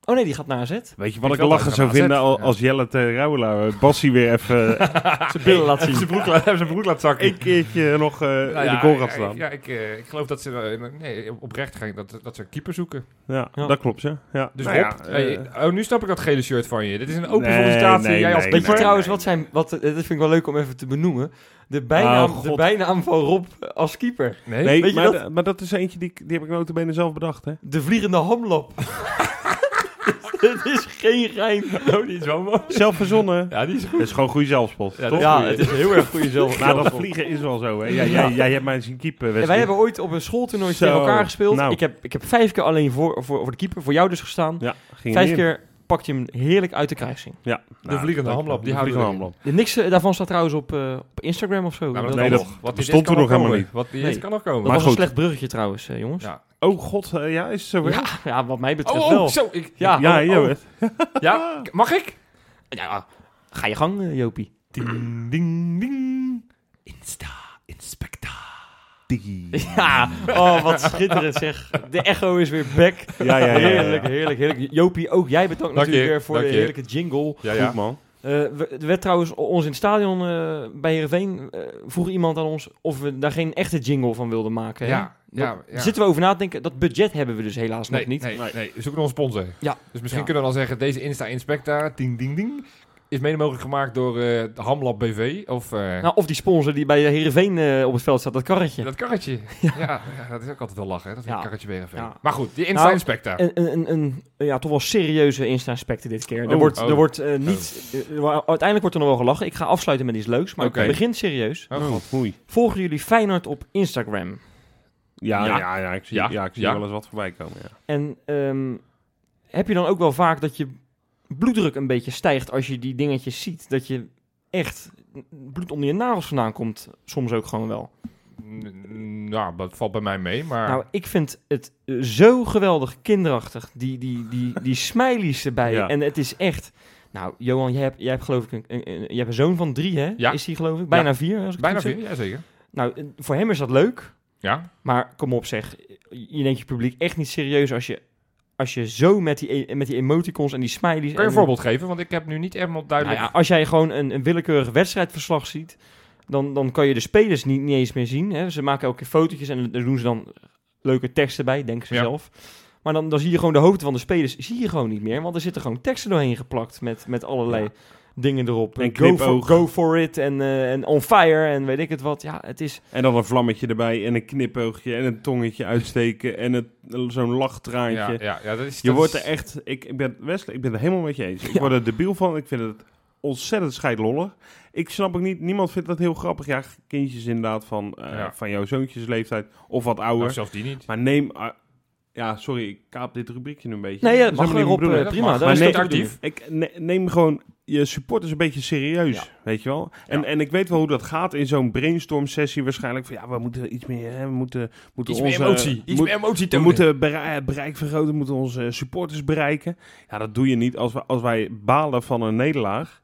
Speaker 2: Oh nee, die gaat naar AZ.
Speaker 1: Weet je wat ik,
Speaker 3: wil
Speaker 1: lachen
Speaker 3: dat
Speaker 1: zou
Speaker 3: aan AZ,
Speaker 1: vinden al-
Speaker 3: ja.
Speaker 1: als Jelle ter Rauwelaar Bassie weer even eh,
Speaker 2: Zijn billen laat zien.
Speaker 3: Zijn broek, laat- heeft zijn broek laat zakken.
Speaker 1: één keertje nog eh,
Speaker 3: Nou
Speaker 1: in
Speaker 3: ja,
Speaker 1: de goal gaat
Speaker 3: ik-
Speaker 1: staan. Ja,
Speaker 3: Ja, ik, eh, ik geloof dat ze eh, nee, oprecht gaan, dat, dat ze een keeper zoeken.
Speaker 2: Ja.
Speaker 1: dat klopt, ja. ja.
Speaker 3: Dus
Speaker 1: Nou
Speaker 3: Rob,
Speaker 1: ja,
Speaker 3: hey,
Speaker 1: eh,
Speaker 3: oh, nu snap ik dat gele shirt van je. Dit is een open
Speaker 1: Nee,
Speaker 3: sollicitatie.
Speaker 1: nee,
Speaker 3: jij als
Speaker 1: nee,
Speaker 2: Weet je
Speaker 3: keeper.
Speaker 1: nee.
Speaker 2: trouwens wat zijn... Wat, eh, dat vind ik wel leuk om even te benoemen. De bijnaam,
Speaker 1: Oh,
Speaker 2: de
Speaker 1: God.
Speaker 2: bijnaam van Rob als keeper.
Speaker 3: Nee.
Speaker 1: nee,
Speaker 2: weet je
Speaker 1: maar,
Speaker 2: dat-
Speaker 1: da- maar dat is eentje die, ik- die heb ik notabene zelf bedacht, hè.
Speaker 2: De vliegende hamlap. Dus Het is geen gein.
Speaker 3: Oh, die is wel mooi.
Speaker 1: Zelf verzonnen.
Speaker 3: Ja, die is goed.
Speaker 1: Dat is gewoon goede zelfspot,
Speaker 3: Ja,
Speaker 1: toch?
Speaker 3: dat-
Speaker 2: Ja, het is heel erg goede zelf.
Speaker 1: Maar dat vliegen is wel zo, hè. Jij, jij, jij hebt eh, mij zien keeper,
Speaker 2: En wij hebben ooit op een schooltoernooi tegen
Speaker 1: Zo,
Speaker 2: elkaar gespeeld.
Speaker 1: nou.
Speaker 2: Ik, heb, ik heb vijf keer alleen voor, voor, voor de keeper, voor jou dus gestaan.
Speaker 1: Ja, ging
Speaker 2: Vijf
Speaker 1: niet in.
Speaker 2: keer pakt je hem heerlijk uit de krijgsing.
Speaker 1: Ja. Nou,
Speaker 3: De vliegende hamlap, die
Speaker 1: De
Speaker 3: houden
Speaker 1: vliegende
Speaker 3: we
Speaker 1: hamlap.
Speaker 2: De Niks eh, daarvan staat trouwens op, eh, op Instagram of zo.
Speaker 3: Nou, maar
Speaker 2: dat
Speaker 1: nee,
Speaker 3: kan
Speaker 1: dat
Speaker 3: nog. Wat
Speaker 1: bestond
Speaker 3: kan
Speaker 1: toen
Speaker 3: nog
Speaker 1: nog helemaal
Speaker 3: komen.
Speaker 1: niet.
Speaker 3: Wat die
Speaker 2: Nee.
Speaker 3: is, kan nog komen.
Speaker 2: was
Speaker 1: maar
Speaker 2: een
Speaker 1: goed.
Speaker 2: slecht bruggetje trouwens, eh, jongens.
Speaker 3: Ja.
Speaker 1: Oh god, eh, ja, is het zo weer?
Speaker 2: Ja, ja, wat mij betreft
Speaker 3: Oh, oh,
Speaker 2: wel.
Speaker 3: zo. Ik,
Speaker 2: Ja.
Speaker 1: ja,
Speaker 3: oh,
Speaker 1: ja,
Speaker 3: oh.
Speaker 1: het-
Speaker 3: Ja, k- mag ik?
Speaker 2: Ja, ga je gang, eh, Jopie.
Speaker 3: Ding, ding, ding.
Speaker 2: Ja, oh, wat schitterend zeg. De echo is weer back.
Speaker 1: ja, ja, ja, ja.
Speaker 2: Heerlijk, heerlijk, heerlijk. Jopie, ook jij bedankt
Speaker 3: Dank je,
Speaker 2: natuurlijk weer voor
Speaker 3: dank
Speaker 2: de
Speaker 3: je.
Speaker 2: heerlijke jingle.
Speaker 3: Ja,
Speaker 1: Goed, man.
Speaker 2: Eh, we- er werd trouwens o- ons in het stadion eh, bij Heerenveen... eh, vroeg iemand aan ons of we daar geen echte jingle van wilden maken. hè?
Speaker 3: Ja, ja, ja.
Speaker 2: Daar Zitten we over na te denken. Dat budget hebben we dus helaas
Speaker 3: nee,
Speaker 2: nog niet.
Speaker 3: Nee, nee, we zoeken nog een sponsor.
Speaker 2: Ja.
Speaker 3: Dus misschien
Speaker 2: Ja.
Speaker 3: kunnen we dan zeggen, deze Insta Inspecta, ding, ding, ding, is mede mogelijk gemaakt door eh, de Hamlab BV. Of eh,
Speaker 2: Nou, of die sponsor die bij Heerenveen eh, op het veld staat, dat karretje.
Speaker 3: dat karretje. ja. ja, dat is ook altijd wel lachen, hè, dat
Speaker 2: Ja.
Speaker 3: karretje BV.
Speaker 2: Ja.
Speaker 3: Maar goed, die Insta
Speaker 2: Nou,
Speaker 3: Inspecta.
Speaker 2: Een, een, een, een ja, toch wel serieuze Insta-aspecten dit keer. er
Speaker 1: Oh,
Speaker 2: wordt,
Speaker 3: oh.
Speaker 2: er wordt eh, niet... eh, wa- uiteindelijk wordt er nog wel gelachen. Ik ga afsluiten met iets leuks, maar
Speaker 3: Oké.
Speaker 2: ik begin serieus.
Speaker 3: Oh, god.
Speaker 1: Oei.
Speaker 2: Volgen jullie Feyenoord op Instagram?
Speaker 1: Ja,
Speaker 3: Ja.
Speaker 1: ja. Ja, ik zie,
Speaker 3: Ja.
Speaker 1: ja. ik zie
Speaker 3: Ja.
Speaker 1: wel eens wat voorbij komen, ja.
Speaker 2: En ehm, heb je dan ook wel vaak dat je bloeddruk een beetje stijgt als je die dingetjes ziet? Dat je echt bloed onder je nagels vandaan komt, soms ook gewoon wel.
Speaker 3: Mm, Nou, dat valt bij mij mee, maar...
Speaker 2: Nou, ik vind het eh, zo geweldig kinderachtig. Die, die, die, die smileys erbij.
Speaker 1: Ja.
Speaker 2: En het is echt... Nou, Johan, jij hebt, jij hebt geloof ik een, een, een- jij hebt een zoon van drie, hè?
Speaker 3: Ja.
Speaker 2: Is die geloof ik? Bijna vier, als ik het
Speaker 3: bijna
Speaker 2: goed zeg.
Speaker 3: vier, ja zeker.
Speaker 2: Nou, eh, voor hem is dat leuk.
Speaker 3: Ja,
Speaker 2: Maar kom op zeg, je neemt je publiek echt niet serieus als je, als je zo met die, e- met die emoticons en die smileys...
Speaker 3: kan je
Speaker 2: en-
Speaker 3: een voorbeeld geven? Want ik heb nu niet helemaal
Speaker 2: Nou
Speaker 3: duidelijk...
Speaker 2: ja, als jij gewoon een, een willekeurig wedstrijdverslag ziet, dan, dan kan je de spelers niet, niet eens meer zien. Hè? Ze maken elke keer fotootjes en daar doen ze dan leuke teksten bij, denken ze
Speaker 3: Ja.
Speaker 2: zelf. Maar dan, dan zie je gewoon de hoofden van de spelers zie je gewoon niet meer, want er zitten gewoon teksten doorheen geplakt met, met allerlei
Speaker 1: Ja.
Speaker 2: dingen erop.
Speaker 1: En
Speaker 2: go, for,
Speaker 1: knipoog.
Speaker 2: go for it en, eh, en on fire en weet ik het wat. Ja, het is...
Speaker 1: En dan een vlammetje erbij en een knipoogje en een tongetje uitsteken en het- zo'n lachtraantje.
Speaker 3: ja, ja, ja, dat is...
Speaker 1: Je
Speaker 3: dat
Speaker 1: wordt
Speaker 3: is-
Speaker 1: er echt... Ik, ik ben, Wesley, ik ben het helemaal met je eens. Ik
Speaker 2: Ja.
Speaker 1: word er debiel van. Ik vind het ontzettend scheidlollig. Ik snap ook niet... Niemand vindt dat heel grappig. Ja, kindjes inderdaad van, eh,
Speaker 3: Ja.
Speaker 1: van jouw zoontjesleeftijd of wat
Speaker 3: Nou,
Speaker 1: ouder.
Speaker 3: zelfs die niet.
Speaker 1: maar neem... ah, ja, sorry, ik kaap dit rubriekje nu een beetje.
Speaker 2: Nee,
Speaker 1: Dat
Speaker 2: ja,
Speaker 1: is
Speaker 2: mag
Speaker 1: helemaal
Speaker 2: weer
Speaker 1: niet
Speaker 2: op,
Speaker 1: mijn bedoeling.
Speaker 2: eh, prima.
Speaker 3: mag.
Speaker 2: Dat
Speaker 1: Maar
Speaker 2: is
Speaker 1: nee,
Speaker 2: tot de
Speaker 3: actief.
Speaker 2: bedoeling.
Speaker 1: Ik ne- neem gewoon je supporters een beetje serieus,
Speaker 2: Ja.
Speaker 1: weet je wel. En,
Speaker 3: Ja.
Speaker 1: en ik weet wel hoe dat gaat in zo'n brainstorm sessie waarschijnlijk. Van ja, we moeten iets meer, hè, we moeten, moeten
Speaker 3: Iets meer
Speaker 1: onze,
Speaker 3: emotie. Iets
Speaker 1: moet-
Speaker 3: meer emotie
Speaker 1: we
Speaker 3: tonen.
Speaker 1: moeten bere- eh, bereik vergroten, we moeten onze supporters bereiken. Ja, dat doe je niet als, we, als wij balen van een nederlaag.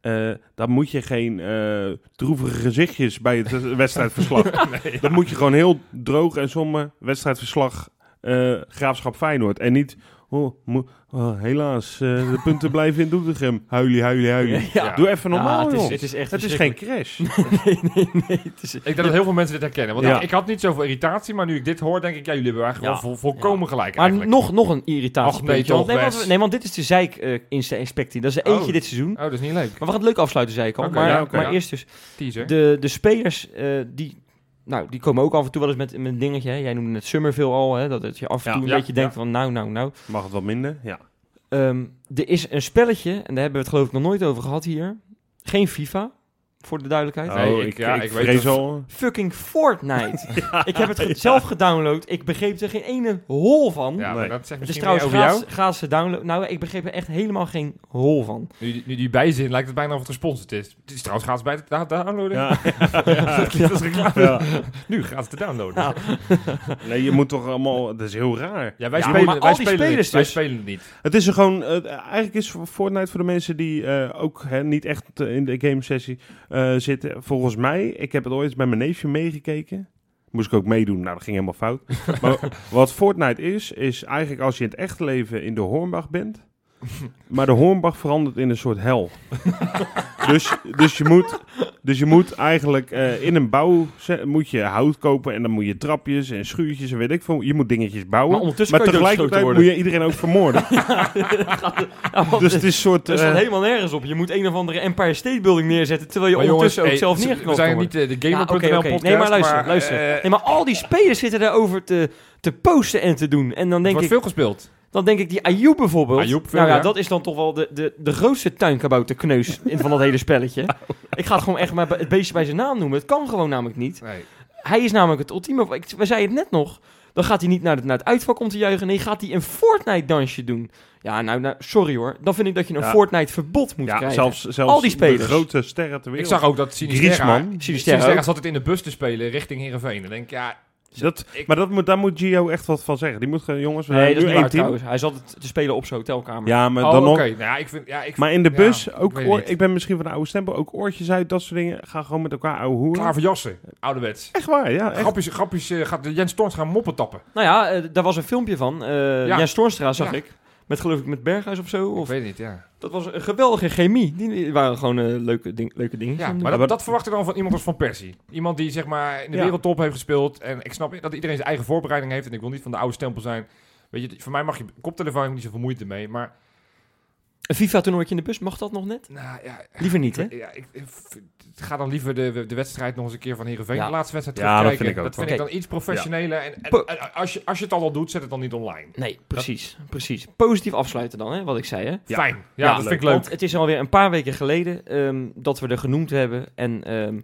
Speaker 1: eh, dan moet je geen eh, droevige gezichtjes bij het eh, wedstrijdverslag. Dan moet je gewoon heel droog en somber wedstrijdverslag eh, Graafschap Feyenoord. En niet, oh, mo- oh, helaas, eh, de punten blijven in Doetinchem. Huilie, huilie, huilie.
Speaker 2: Ja.
Speaker 1: Doe even normaal,
Speaker 2: Ja, het, is,
Speaker 1: joh.
Speaker 2: het is echt
Speaker 1: Het is geen crash.
Speaker 2: nee, nee, nee. Het is,
Speaker 3: Ik denk dat heel veel mensen dit herkennen. Want
Speaker 1: Ja.
Speaker 3: ik, ik had niet zoveel irritatie, maar nu ik dit hoor, denk ik, ja, jullie hebben eigenlijk
Speaker 2: Ja.
Speaker 3: wel vol- volkomen gelijk.
Speaker 2: maar
Speaker 3: Eigenlijk.
Speaker 2: nog, nog een irritatie.
Speaker 3: Ach, nee, toch,
Speaker 2: nee, want,
Speaker 3: Wes.
Speaker 2: nee, want dit is de zeik eh insta inspectie. Dat is er eentje
Speaker 3: Oh.
Speaker 2: dit seizoen.
Speaker 3: Oh, dat is niet leuk.
Speaker 2: Maar we gaan het leuk afsluiten, zei ik al.
Speaker 3: Oké,
Speaker 2: maar
Speaker 1: ja, oké,
Speaker 2: maar
Speaker 3: ja.
Speaker 2: eerst dus.
Speaker 3: Teaser.
Speaker 2: De, de spelers, eh, die, nou, die komen ook af en toe wel eens met, met een dingetje. Hè. Jij noemde het Summerville al, hè, dat het je af en
Speaker 1: Ja,
Speaker 2: toe een
Speaker 3: ja,
Speaker 2: beetje
Speaker 3: ja.
Speaker 2: denkt van nou, nou, nou.
Speaker 1: Mag het wat minder? Ja.
Speaker 2: Ehm, er is een spelletje, en daar hebben we het geloof ik nog nooit over gehad hier. Geen FIFA, voor de duidelijkheid.
Speaker 3: Nee,
Speaker 1: oh,
Speaker 3: ik-
Speaker 1: ik,
Speaker 3: ja,
Speaker 1: ik
Speaker 3: ik weet
Speaker 1: vrees
Speaker 3: het.
Speaker 1: al.
Speaker 2: Fucking Fortnite. ik heb het ge- zelf gedownload. Ik begreep er geen ene hol van.
Speaker 3: ja, maar
Speaker 1: nee.
Speaker 3: dat zegt
Speaker 2: Het is
Speaker 3: misschien
Speaker 2: trouwens
Speaker 3: meer over jou.
Speaker 2: gratis, gratis download. Nou, ik begreep er echt helemaal geen hol van.
Speaker 3: Nu, die- nu die bijzin lijkt het bijna of het gesponsord is. Het is trouwens gratis bij te da- downloaden.
Speaker 1: Ja.
Speaker 3: dat is reclame.
Speaker 1: Ja.
Speaker 3: Nu gratis te downloaden.
Speaker 2: Ja.
Speaker 1: Nee, je moet toch allemaal... Dat is heel raar.
Speaker 3: Ja, wij
Speaker 2: Ja,
Speaker 3: spelen,
Speaker 2: maar
Speaker 3: wij
Speaker 2: al die
Speaker 3: spelen
Speaker 2: spelers
Speaker 3: niet. Wij
Speaker 2: dus.
Speaker 3: spelen het niet.
Speaker 1: Het is er gewoon, eh, eigenlijk is Fortnite voor de mensen die eh, ook hè, niet echt eh, in de game sessie eh, zitten. Volgens mij, ik heb het ooit bij mijn neefje meegekeken. Moest ik ook meedoen. Nou, dat ging helemaal fout. maar wat Fortnite is, is eigenlijk als je in het echte leven in de Hornbach bent. Maar de Hornbach verandert in een soort hel. dus, dus, je moet, dus je moet eigenlijk eh, in een bouw... moet je hout kopen en dan moet je trapjes en schuurtjes en weet ik veel. Je moet dingetjes bouwen.
Speaker 2: Maar
Speaker 1: Maar,
Speaker 2: ondertussen kan je doodgeschoten
Speaker 1: tegelijkertijd moet
Speaker 2: worden.
Speaker 1: je iedereen ook vermoorden.
Speaker 2: Ja, want
Speaker 1: dus het is een soort...
Speaker 2: Dat
Speaker 1: eh,
Speaker 2: staat helemaal nergens op. Je moet een of andere Empire State Building neerzetten, terwijl je
Speaker 3: Maar jongens,
Speaker 2: ondertussen
Speaker 3: hey,
Speaker 2: ook zelf
Speaker 3: ze-
Speaker 2: neergeknald
Speaker 3: We zijn
Speaker 2: kan
Speaker 3: niet eh, de
Speaker 2: worden. Ja,
Speaker 3: Gamer.nl
Speaker 2: oké, oké.
Speaker 3: podcast.
Speaker 2: Nee, maar luister, luister.
Speaker 3: eh,
Speaker 2: Nee, maar al die spelers zitten daarover te, te posten en te doen. En dan
Speaker 3: er
Speaker 2: denk,
Speaker 3: wordt
Speaker 2: ik,
Speaker 3: veel gespeeld.
Speaker 2: dan denk ik die Ayoub bijvoorbeeld.
Speaker 3: Ayoub, veel,
Speaker 2: nou ja,
Speaker 3: ja.
Speaker 2: dat is dan toch wel de, de, de grootste tuinkabouterkneus in- van dat hele spelletje. Ik ga het gewoon echt maar be- het beestje bij zijn naam noemen. Het kan gewoon namelijk niet.
Speaker 3: Nee.
Speaker 2: Hij is namelijk het ultieme... Ik, we zeiden het net nog. Dan gaat hij niet naar, het- naar het uitvak om te juichen. Nee, gaat hij een Fortnite-dansje doen. Ja, nou, nou, sorry hoor. Dan vind ik dat je een
Speaker 1: Ja.
Speaker 2: Fortnite-verbod moet
Speaker 1: ja,
Speaker 2: krijgen.
Speaker 1: zelfs, zelfs
Speaker 2: Al die
Speaker 1: de
Speaker 2: spelers.
Speaker 1: grote sterren ter
Speaker 3: Ik
Speaker 1: wereld.
Speaker 3: zag ook dat Sinisterra...
Speaker 1: Griezmann.
Speaker 2: Sinisterra ook.
Speaker 3: zat het in de bus te spelen richting Heerenveen. Dan denk ik, ja...
Speaker 1: Dat,
Speaker 3: Ik-
Speaker 1: maar dat moet, daar moet Gio echt wat van zeggen. Die moet gewoon, jongens, we
Speaker 2: Nee,
Speaker 1: zijn
Speaker 2: dat is
Speaker 1: nu
Speaker 2: niet
Speaker 1: één
Speaker 2: waar
Speaker 1: team.
Speaker 2: trouwens. Hij zat het te spelen op zijn hotelkamer.
Speaker 1: Ja, maar
Speaker 3: oh,
Speaker 1: dan
Speaker 3: oké.
Speaker 1: nog.
Speaker 3: Nou, ja, ik vind... Ja, ik vind
Speaker 1: Maar in de
Speaker 3: Ja,
Speaker 1: bus,
Speaker 3: ik
Speaker 1: ook
Speaker 3: weet
Speaker 1: oor-
Speaker 3: niet.
Speaker 1: ik ben misschien van de oude stempel, ook oortjes uit, dat soort dingen. Ga gewoon met elkaar ouwe hoeren.
Speaker 3: klaar voor jassen. Ouderwets.
Speaker 1: Echt waar, ja. Echt.
Speaker 3: Grapjes, grapjes eh, gaat de Jens Storms gaan moppen tappen.
Speaker 2: Nou ja, eh, daar was een filmpje van. eh
Speaker 3: Ja.
Speaker 2: Jens Toornstra zag
Speaker 3: Ja.
Speaker 2: ik. Met geloof ik met Berghuis of zo.
Speaker 3: Ik
Speaker 2: Of,
Speaker 3: weet niet, ja.
Speaker 2: dat was een geweldige chemie. Die- Die waren gewoon eh, leuke, ding, leuke dingen.
Speaker 3: ja maar dat, dat verwacht ik dan van iemand als Van Persie. Iemand die zeg maar in de
Speaker 1: Ja.
Speaker 3: wereldtop heeft gespeeld. En ik snap dat iedereen zijn eigen voorbereiding heeft. En ik wil niet van de oude stempel zijn. Weet je, voor mij mag je koptelefoon ik heb niet zoveel moeite mee. Maar
Speaker 2: Een FIFA-toernooitje Eh, in de bus, mag dat nog net?
Speaker 3: nou ja,
Speaker 2: Liever niet, hè?
Speaker 3: Ik, ja, ik, ik v- ga dan liever de, de wedstrijd nog eens een keer van Heerenveen,
Speaker 2: Ja.
Speaker 3: de laatste wedstrijd
Speaker 1: Ja, dat
Speaker 3: terugkijken.
Speaker 1: vind ik ook
Speaker 3: dat
Speaker 1: wel.
Speaker 3: vind ik dan iets professioneler. En, en-
Speaker 2: Po-
Speaker 3: en als, je, als je het al al doet, zet het dan niet online.
Speaker 2: Nee, precies. precies. Positief afsluiten dan, hè, wat ik zei. Hè?
Speaker 1: Ja.
Speaker 3: Fijn. Ja,
Speaker 2: Ja,
Speaker 3: dat
Speaker 1: leuk.
Speaker 3: vind ik leuk.
Speaker 2: Want het is alweer een paar weken geleden ehm, dat we er genoemd hebben. En ehm,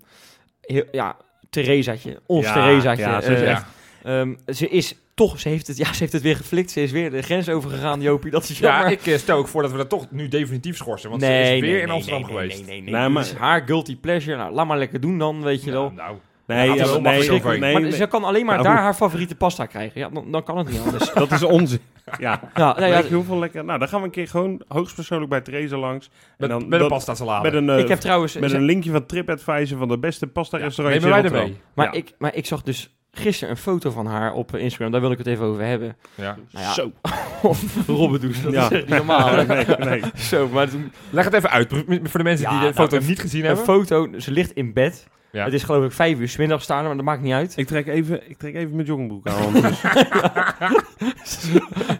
Speaker 2: heel- ja, Theresaatje, ons
Speaker 1: Ja,
Speaker 2: Theresaatje.
Speaker 1: ja, ze is
Speaker 2: eh,
Speaker 1: echt
Speaker 2: ehm, ze is toch, ze heeft, het, ja, ze heeft het weer geflikt. Ze is weer de grens overgegaan, Jopie. Dat is jammer.
Speaker 3: Ja, ik eh, stel ook voor dat we dat toch nu definitief schorsen. Want ze is weer in Amsterdam
Speaker 2: nee,
Speaker 3: geweest.
Speaker 2: Nee, nee, nee.
Speaker 1: Nee, Nou, maar-
Speaker 2: Dit is Dus haar guilty pleasure. Nou, laat maar lekker doen dan, weet je
Speaker 3: Ja,
Speaker 2: wel.
Speaker 3: nou,
Speaker 1: Nee,
Speaker 3: Ja,
Speaker 1: ja,
Speaker 3: dat is
Speaker 1: nee,
Speaker 3: wel
Speaker 1: nee,
Speaker 3: makkelijk.
Speaker 2: maar
Speaker 1: nee,
Speaker 2: ze kan alleen maar
Speaker 1: Nou,
Speaker 2: daar
Speaker 1: hoe-
Speaker 2: haar favoriete pasta krijgen. Ja, dan, dan kan het niet anders.
Speaker 1: dat is onzin. Ja,
Speaker 2: ja, nou ja,
Speaker 1: weet je hoeveel lekker... Nou, dan gaan we een keer gewoon hoogstpersoonlijk bij Theresa langs. En
Speaker 3: met,
Speaker 1: dan,
Speaker 3: met een
Speaker 1: dat-
Speaker 3: pasta salade.
Speaker 1: Met een, eh,
Speaker 2: ik heb trouwens...
Speaker 1: met een linkje van TripAdvisor van de beste pasta
Speaker 3: Ja,
Speaker 1: restaurant
Speaker 3: nemen wij ermee.
Speaker 2: maar,
Speaker 1: ja.
Speaker 2: ik, maar ik zag dus gisteren een foto van haar op eh, Instagram. Daar wil ik het even over hebben.
Speaker 3: Ja.
Speaker 2: Nou ja,
Speaker 1: Zo.
Speaker 2: Robbedoes, dat
Speaker 1: Ja.
Speaker 2: is echt niet normaal. hè?
Speaker 1: nee, nee.
Speaker 2: Zo, maar toen-
Speaker 3: Leg het even uit voor voor de mensen
Speaker 2: Ja,
Speaker 3: die
Speaker 2: nou,
Speaker 3: de foto
Speaker 2: een-
Speaker 3: niet gezien
Speaker 2: een
Speaker 3: hebben.
Speaker 2: foto, ze ligt in bed.
Speaker 3: Ja.
Speaker 2: Het is geloof ik vijf uur 's middags staan, maar dat maakt niet uit.
Speaker 1: Ik trek even, ik trek even mijn joggingbroek aan. want dus-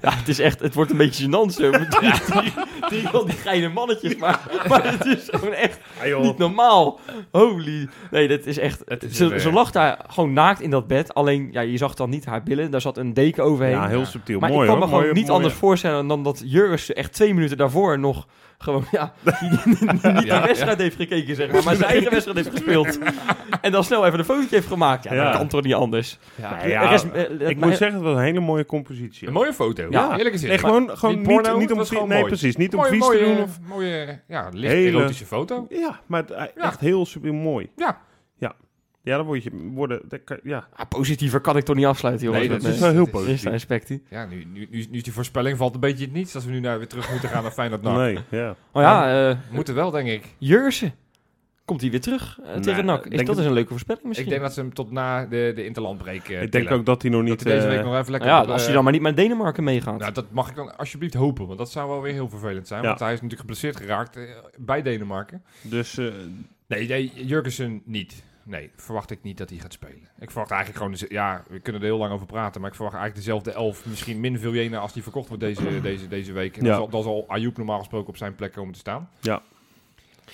Speaker 2: Ja, het is echt, het wordt een beetje gênant zo. met Die, die, die, van die geile mannetjes, maar, maar het is gewoon echt
Speaker 1: Ah, joh.
Speaker 2: niet normaal. Holy. Nee, dat is echt...
Speaker 3: Het is
Speaker 2: ze,
Speaker 3: weer-
Speaker 2: ze lag daar gewoon naakt in dat bed. Alleen, ja, je zag dan niet haar billen. Daar zat een deken overheen.
Speaker 1: Ja, heel subtiel.
Speaker 2: maar
Speaker 1: mooi
Speaker 2: ik kan
Speaker 1: hoor.
Speaker 2: me gewoon
Speaker 1: Mooi-
Speaker 2: niet
Speaker 1: mooi-
Speaker 2: anders voorstellen dan dat Jurgen echt twee minuten daarvoor nog gewoon, ja, niet
Speaker 3: Ja,
Speaker 2: de wedstrijd heeft gekeken, zeg maar, maar zijn eigen wedstrijd heeft gespeeld. En dan snel even een fotootje heeft gemaakt. Ja,
Speaker 1: Ja.
Speaker 2: dat kan toch niet anders.
Speaker 3: Ja.
Speaker 1: Nee, Nou ja,
Speaker 2: Er is, eh, eh,
Speaker 1: Ik
Speaker 2: maar-
Speaker 1: moet zeggen, het was een hele mooie compositie.
Speaker 3: Een mooie foto.
Speaker 2: Ja.
Speaker 3: Ja. Eerlijk gezegd.
Speaker 1: Nee, gewoon, gewoon
Speaker 3: Niet
Speaker 1: niet,
Speaker 3: porno,
Speaker 1: niet om
Speaker 3: dat is gewoon
Speaker 1: nee,
Speaker 3: mooi.
Speaker 1: precies. Niet om
Speaker 3: mooie,
Speaker 1: vies
Speaker 3: mooie,
Speaker 1: te doen. Of,
Speaker 3: mooie, ja, licht
Speaker 1: Hele-
Speaker 3: erotische foto.
Speaker 1: ja, maar het, eh,
Speaker 3: Ja.
Speaker 1: echt heel super mooi.
Speaker 3: Ja.
Speaker 1: Ja, ja dan word je... Worden, dat kan- ja.
Speaker 2: Ah, positiever kan ik toch niet afsluiten, jongens.
Speaker 3: Nee,
Speaker 1: dat
Speaker 3: dat
Speaker 1: is
Speaker 3: is-
Speaker 1: wel heel
Speaker 3: dat is-
Speaker 1: positief.
Speaker 2: Insta-inspectie.
Speaker 3: Ja, nu, nu, nu, nu is die voorspelling valt een beetje in het niets. Als we nu naar, weer terug moeten gaan naar Feyenoord NAC.
Speaker 1: Nee, ja.
Speaker 2: Oh ja, eh
Speaker 3: Moeten wel, denk ik.
Speaker 2: Jurgen. Komt hij weer terug eh,
Speaker 1: Nee,
Speaker 2: tegen NAC? Is
Speaker 1: denk
Speaker 2: dat
Speaker 1: het-
Speaker 2: eens een leuke voorspelling misschien?
Speaker 3: Ik denk dat ze hem tot na de, de Interland breken.
Speaker 1: ik denk ook dat hij nog
Speaker 3: dat
Speaker 1: niet...
Speaker 3: hij deze
Speaker 1: eh,
Speaker 3: week nog even lekker...
Speaker 2: Nou
Speaker 3: op,
Speaker 2: ja, als hij
Speaker 3: eh,
Speaker 2: dan maar niet met Denemarken meegaat.
Speaker 3: Nou, dat mag ik dan alsjeblieft hopen, want dat zou wel weer heel vervelend zijn.
Speaker 1: Ja.
Speaker 3: Want hij is natuurlijk geblesseerd geraakt eh, bij Denemarken.
Speaker 1: dus eh,
Speaker 3: Nee, nee, Jurgensen niet. Nee, verwacht ik niet dat hij gaat spelen. Ik verwacht eigenlijk gewoon... de- Ja, we kunnen er heel lang over praten, maar ik verwacht eigenlijk dezelfde elf. Misschien min Viljena als die verkocht wordt deze, deze, deze week. En
Speaker 1: Ja.
Speaker 3: dan, zal, dan zal Ayoub normaal gesproken op zijn plek komen te staan.
Speaker 1: Ja.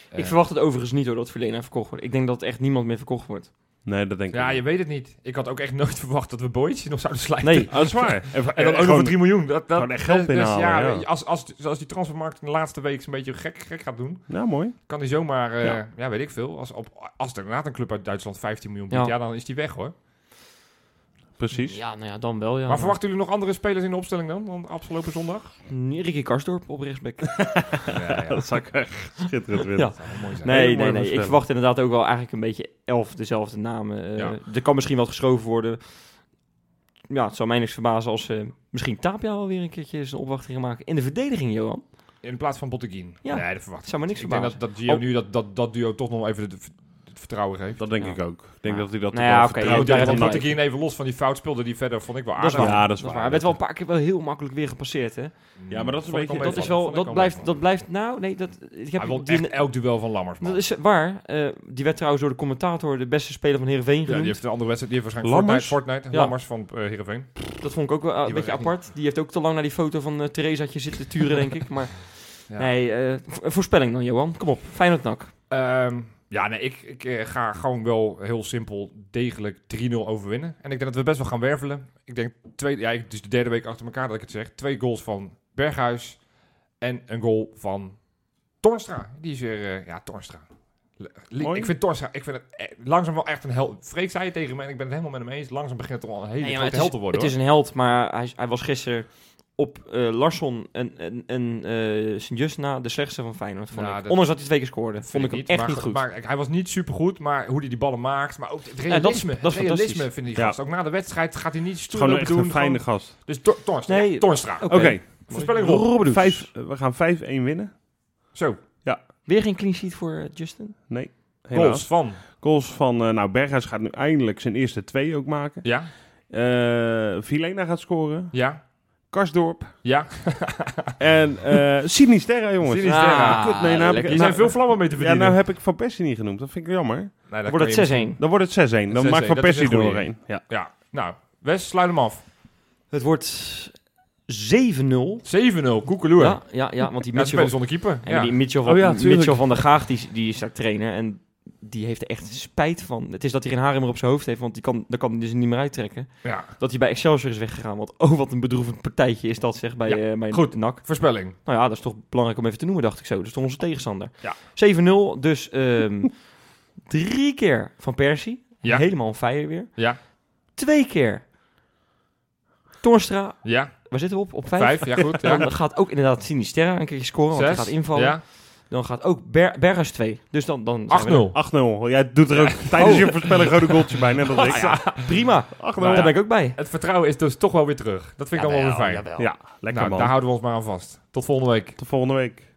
Speaker 3: Eh,
Speaker 2: ik verwacht het overigens niet hoor, dat Verlena verkocht wordt. Ik denk dat echt niemand meer verkocht wordt.
Speaker 1: nee, dat denk ik
Speaker 3: Ja,
Speaker 1: niet.
Speaker 3: je weet het niet. Ik had ook echt nooit verwacht dat we Boydje nog zouden slijten.
Speaker 2: Nee,
Speaker 1: Ah, dat is waar.
Speaker 3: En dan ook nog voor 3 miljoen. Dat, dat, dus
Speaker 1: gewoon echt geld binnenhalen,
Speaker 3: ja,
Speaker 1: ja.
Speaker 3: Als, als, als die transfermarkt in de laatste week een beetje gek, gek gaat doen,
Speaker 1: Nou, mooi.
Speaker 3: kan die zomaar, eh, ja.
Speaker 1: Ja.
Speaker 3: weet ik veel. Als, op, als er inderdaad een club uit Duitsland 15 miljoen biedt,
Speaker 2: Ja.
Speaker 3: ja, dan is die weg hoor.
Speaker 1: Precies.
Speaker 2: ja, nou ja, dan wel. Ja,
Speaker 3: maar verwachten jullie nog andere spelers in de opstelling dan, dan afgelopen zondag?
Speaker 2: Mm, Ricky Karsdorp op rechtsback.
Speaker 3: ja, ja.
Speaker 1: Dat zou ik echt schitterend willen.
Speaker 2: Ja.
Speaker 3: Dat zou wel mooi zijn.
Speaker 1: Hele mooie
Speaker 2: Nee, nee, nee. Ik
Speaker 1: voorspelling.
Speaker 2: verwacht inderdaad ook wel eigenlijk een beetje elf dezelfde namen. eh,
Speaker 3: Ja.
Speaker 2: Er kan misschien wat geschoven worden. Ja, het zou mij niks verbazen als eh, misschien Tapia wel weer een keertje zijn opwachting gaat maken. In de verdediging, Johan.
Speaker 3: In plaats van Botteguin.
Speaker 2: Ja.
Speaker 3: Nee, dat verwacht
Speaker 2: Het zou me niks
Speaker 3: ik. Ik denk
Speaker 2: verbazen.
Speaker 3: dat, dat Gio
Speaker 2: Oh.
Speaker 3: nu dat, dat, dat duo toch nog even de, de vertrouwen geeft.
Speaker 1: Dat denk
Speaker 2: Ja.
Speaker 1: ik ook. Ik denk
Speaker 2: Maar-
Speaker 1: dat hij dat
Speaker 2: Nou
Speaker 1: ook
Speaker 2: ja,
Speaker 1: wel
Speaker 2: oké,
Speaker 1: vertrouwt.
Speaker 2: dat-
Speaker 3: ja,
Speaker 2: dat-
Speaker 3: want
Speaker 1: omdat-
Speaker 3: moet ik hier even los van die foutspelden die verder vond ik wel
Speaker 2: Dat is
Speaker 3: aardig. Mm,
Speaker 2: waar.
Speaker 1: Ja, dat is
Speaker 2: Dat is
Speaker 1: waar.
Speaker 2: waar. Hij werd wel een paar keer wel heel makkelijk weer gepasseerd, hè?
Speaker 1: Ja, maar dat is een
Speaker 3: Vond ik
Speaker 1: beetje-
Speaker 3: al
Speaker 2: Dat is
Speaker 3: meevallen.
Speaker 2: wel...
Speaker 3: Vond ik
Speaker 2: Dat
Speaker 3: al
Speaker 2: blijft... Dat
Speaker 3: meevallen.
Speaker 2: blijft... Nou, nee, dat... Ik heb
Speaker 3: Hij won
Speaker 2: die-
Speaker 3: echt elk duel van Lammers, man.
Speaker 2: Dat is waar. Eh, die werd trouwens door de commentator de beste speler van Heerenveen
Speaker 3: ja, die
Speaker 2: genoemd.
Speaker 3: heeft de andere wedstrijd, die heeft waarschijnlijk
Speaker 1: Lammers?
Speaker 3: Fortnite, Fortnite
Speaker 2: Ja.
Speaker 3: Lammers van eh Heerenveen.
Speaker 2: Dat vond ik ook wel eh, een
Speaker 3: Die
Speaker 2: beetje
Speaker 3: was echt
Speaker 2: apart. Die heeft ook te lang naar die foto van eh Theresaatje zitten turen, denk ik. Maar
Speaker 3: Ja.
Speaker 2: nee, eh, vo- een voorspelling dan, Johan. Kom op, Feyenoord NAC.
Speaker 3: Ehm, ja, nee, ik, ik eh, ga gewoon wel heel simpel degelijk 3-0 overwinnen. En ik denk dat we best wel gaan wervelen. Ik denk, twee, ja, ik- het is de derde week achter elkaar dat ik het zeg. Twee goals van Berghuis en een goal van Tornstra. Die is weer, eh, ja, Tornstra. Le- li-
Speaker 1: Mooi.
Speaker 3: ik vind Tornstra, ik vind het eh, langzaam wel echt een held. Freek zei het tegen me en ik ben het helemaal met hem eens. Langzaam begint het al een hele
Speaker 2: Nee, maar
Speaker 3: grote
Speaker 2: het,
Speaker 3: held
Speaker 2: is,
Speaker 3: te worden.
Speaker 2: het is een held, maar hij, hij was gisteren op eh Larsson en, en, en eh, Sint-Just na de slechtste van Feyenoord. Vond
Speaker 3: Nou,
Speaker 2: ik.
Speaker 3: dat-
Speaker 2: Ondanks dat hij twee keer scoorde, vond ik hem echt
Speaker 3: maar
Speaker 2: niet
Speaker 3: goed,
Speaker 2: goed.
Speaker 3: Maar, hij was niet supergoed, maar hoe hij die ballen maakt. Maar ook het
Speaker 2: dat is-
Speaker 3: realisme.
Speaker 2: dat is
Speaker 3: het realisme
Speaker 2: fantastisch.
Speaker 3: vind ik
Speaker 1: Ja.
Speaker 3: gast. Ook na de wedstrijd gaat hij niet stoer
Speaker 1: Gewoon
Speaker 3: lopen
Speaker 1: echt
Speaker 3: doen.
Speaker 1: een fijne
Speaker 3: gewoon-
Speaker 1: gast.
Speaker 3: Dus Tor- Tornstra.
Speaker 2: Nee.
Speaker 3: ja, Tornstra.
Speaker 2: Oké.
Speaker 1: Oké,
Speaker 3: Voorspelling Rob.
Speaker 2: Robbedoes.
Speaker 1: Vijf- eh, we gaan 5-1 winnen.
Speaker 3: Zo,
Speaker 2: Weer geen clean sheet voor eh, Justin?
Speaker 1: Helaas.
Speaker 3: goals van.
Speaker 1: Goals van, eh, nou Berghuis gaat nu eindelijk zijn eerste twee ook maken.
Speaker 3: Ja,
Speaker 1: Eh Vilena gaat scoren.
Speaker 3: ja,
Speaker 1: Karsdorp.
Speaker 3: ja.
Speaker 1: en eh Sinisterra, jongens.
Speaker 2: Sinisterra.
Speaker 1: Kut, nee, nou heb ik,
Speaker 2: Lekker.
Speaker 3: Er zijn
Speaker 1: nou,
Speaker 3: veel vlammen mee te
Speaker 1: ja,
Speaker 3: verdienen.
Speaker 1: nou heb ik Van Persie niet genoemd. Dat vind ik jammer.
Speaker 3: Nee, dat kan
Speaker 2: Wordt
Speaker 3: je
Speaker 2: het 6-1.
Speaker 1: Dan wordt het 6-1. Dan
Speaker 3: 6-1,
Speaker 1: maakt Van
Speaker 3: dat is
Speaker 1: Persie
Speaker 3: een
Speaker 1: er
Speaker 3: goeie.
Speaker 1: doorheen. Ja.
Speaker 3: niet- Ja, nou, Wes, sluit hem af. 7-0,
Speaker 2: Het wordt 7-0.
Speaker 3: Koekeloer.
Speaker 2: Ja, ja, ja, want die
Speaker 3: Ja, ze spelen
Speaker 2: Mitchell,
Speaker 3: zonder keeper.
Speaker 2: en
Speaker 3: Ja.
Speaker 2: die Mitchell, van,
Speaker 1: Oh ja, tuurlijk.
Speaker 2: Mitchell van der Gaag die, die is daar trainer en die heeft er echt spijt van. Het is dat hij geen haar meer op zijn hoofd heeft, want die kan, daar kan hij dus niet meer uittrekken.
Speaker 3: ja.
Speaker 2: Dat hij bij Excelsior is weggegaan, want oh wat een bedroevend partijtje is dat zeg bij,
Speaker 3: Ja,
Speaker 2: eh, bij
Speaker 3: goed.
Speaker 2: NAC.
Speaker 3: Voorspelling.
Speaker 2: Nou ja, dat is toch belangrijk om even te noemen, dacht ik zo. Dat is toch onze tegenstander.
Speaker 3: Ja.
Speaker 2: 7-0, dus ehm, drie keer van Persie.
Speaker 3: Ja.
Speaker 2: Helemaal een fire weer.
Speaker 3: Ja.
Speaker 2: Twee keer Torstra.
Speaker 3: Ja,
Speaker 2: Waar zitten we op? Op vijf?
Speaker 3: vijf. Ja, goed. Ja.
Speaker 2: Dan gaat ook inderdaad Sinisterra een keertje scoren, want hij gaat invallen.
Speaker 3: Ja.
Speaker 2: Dan gaat ook Ber Berghuis 2. Dus dan, dan zijn we
Speaker 3: 8-0.
Speaker 1: 8-0. Oh, Jij doet er ook tijdens
Speaker 3: Oh.
Speaker 1: je voorspelling gewoon een goaltje bij. Net als ik.
Speaker 2: er- Prima,
Speaker 1: 8-0.
Speaker 3: Maar
Speaker 2: daar
Speaker 3: Nou ja.
Speaker 2: ben ik ook bij.
Speaker 3: Het vertrouwen is dus toch wel weer terug. Dat vind ik dan wel weer fijn.
Speaker 1: Ja, lekker
Speaker 3: nou,
Speaker 1: man.
Speaker 3: daar houden we ons maar aan vast. Tot volgende week.
Speaker 1: Tot volgende week.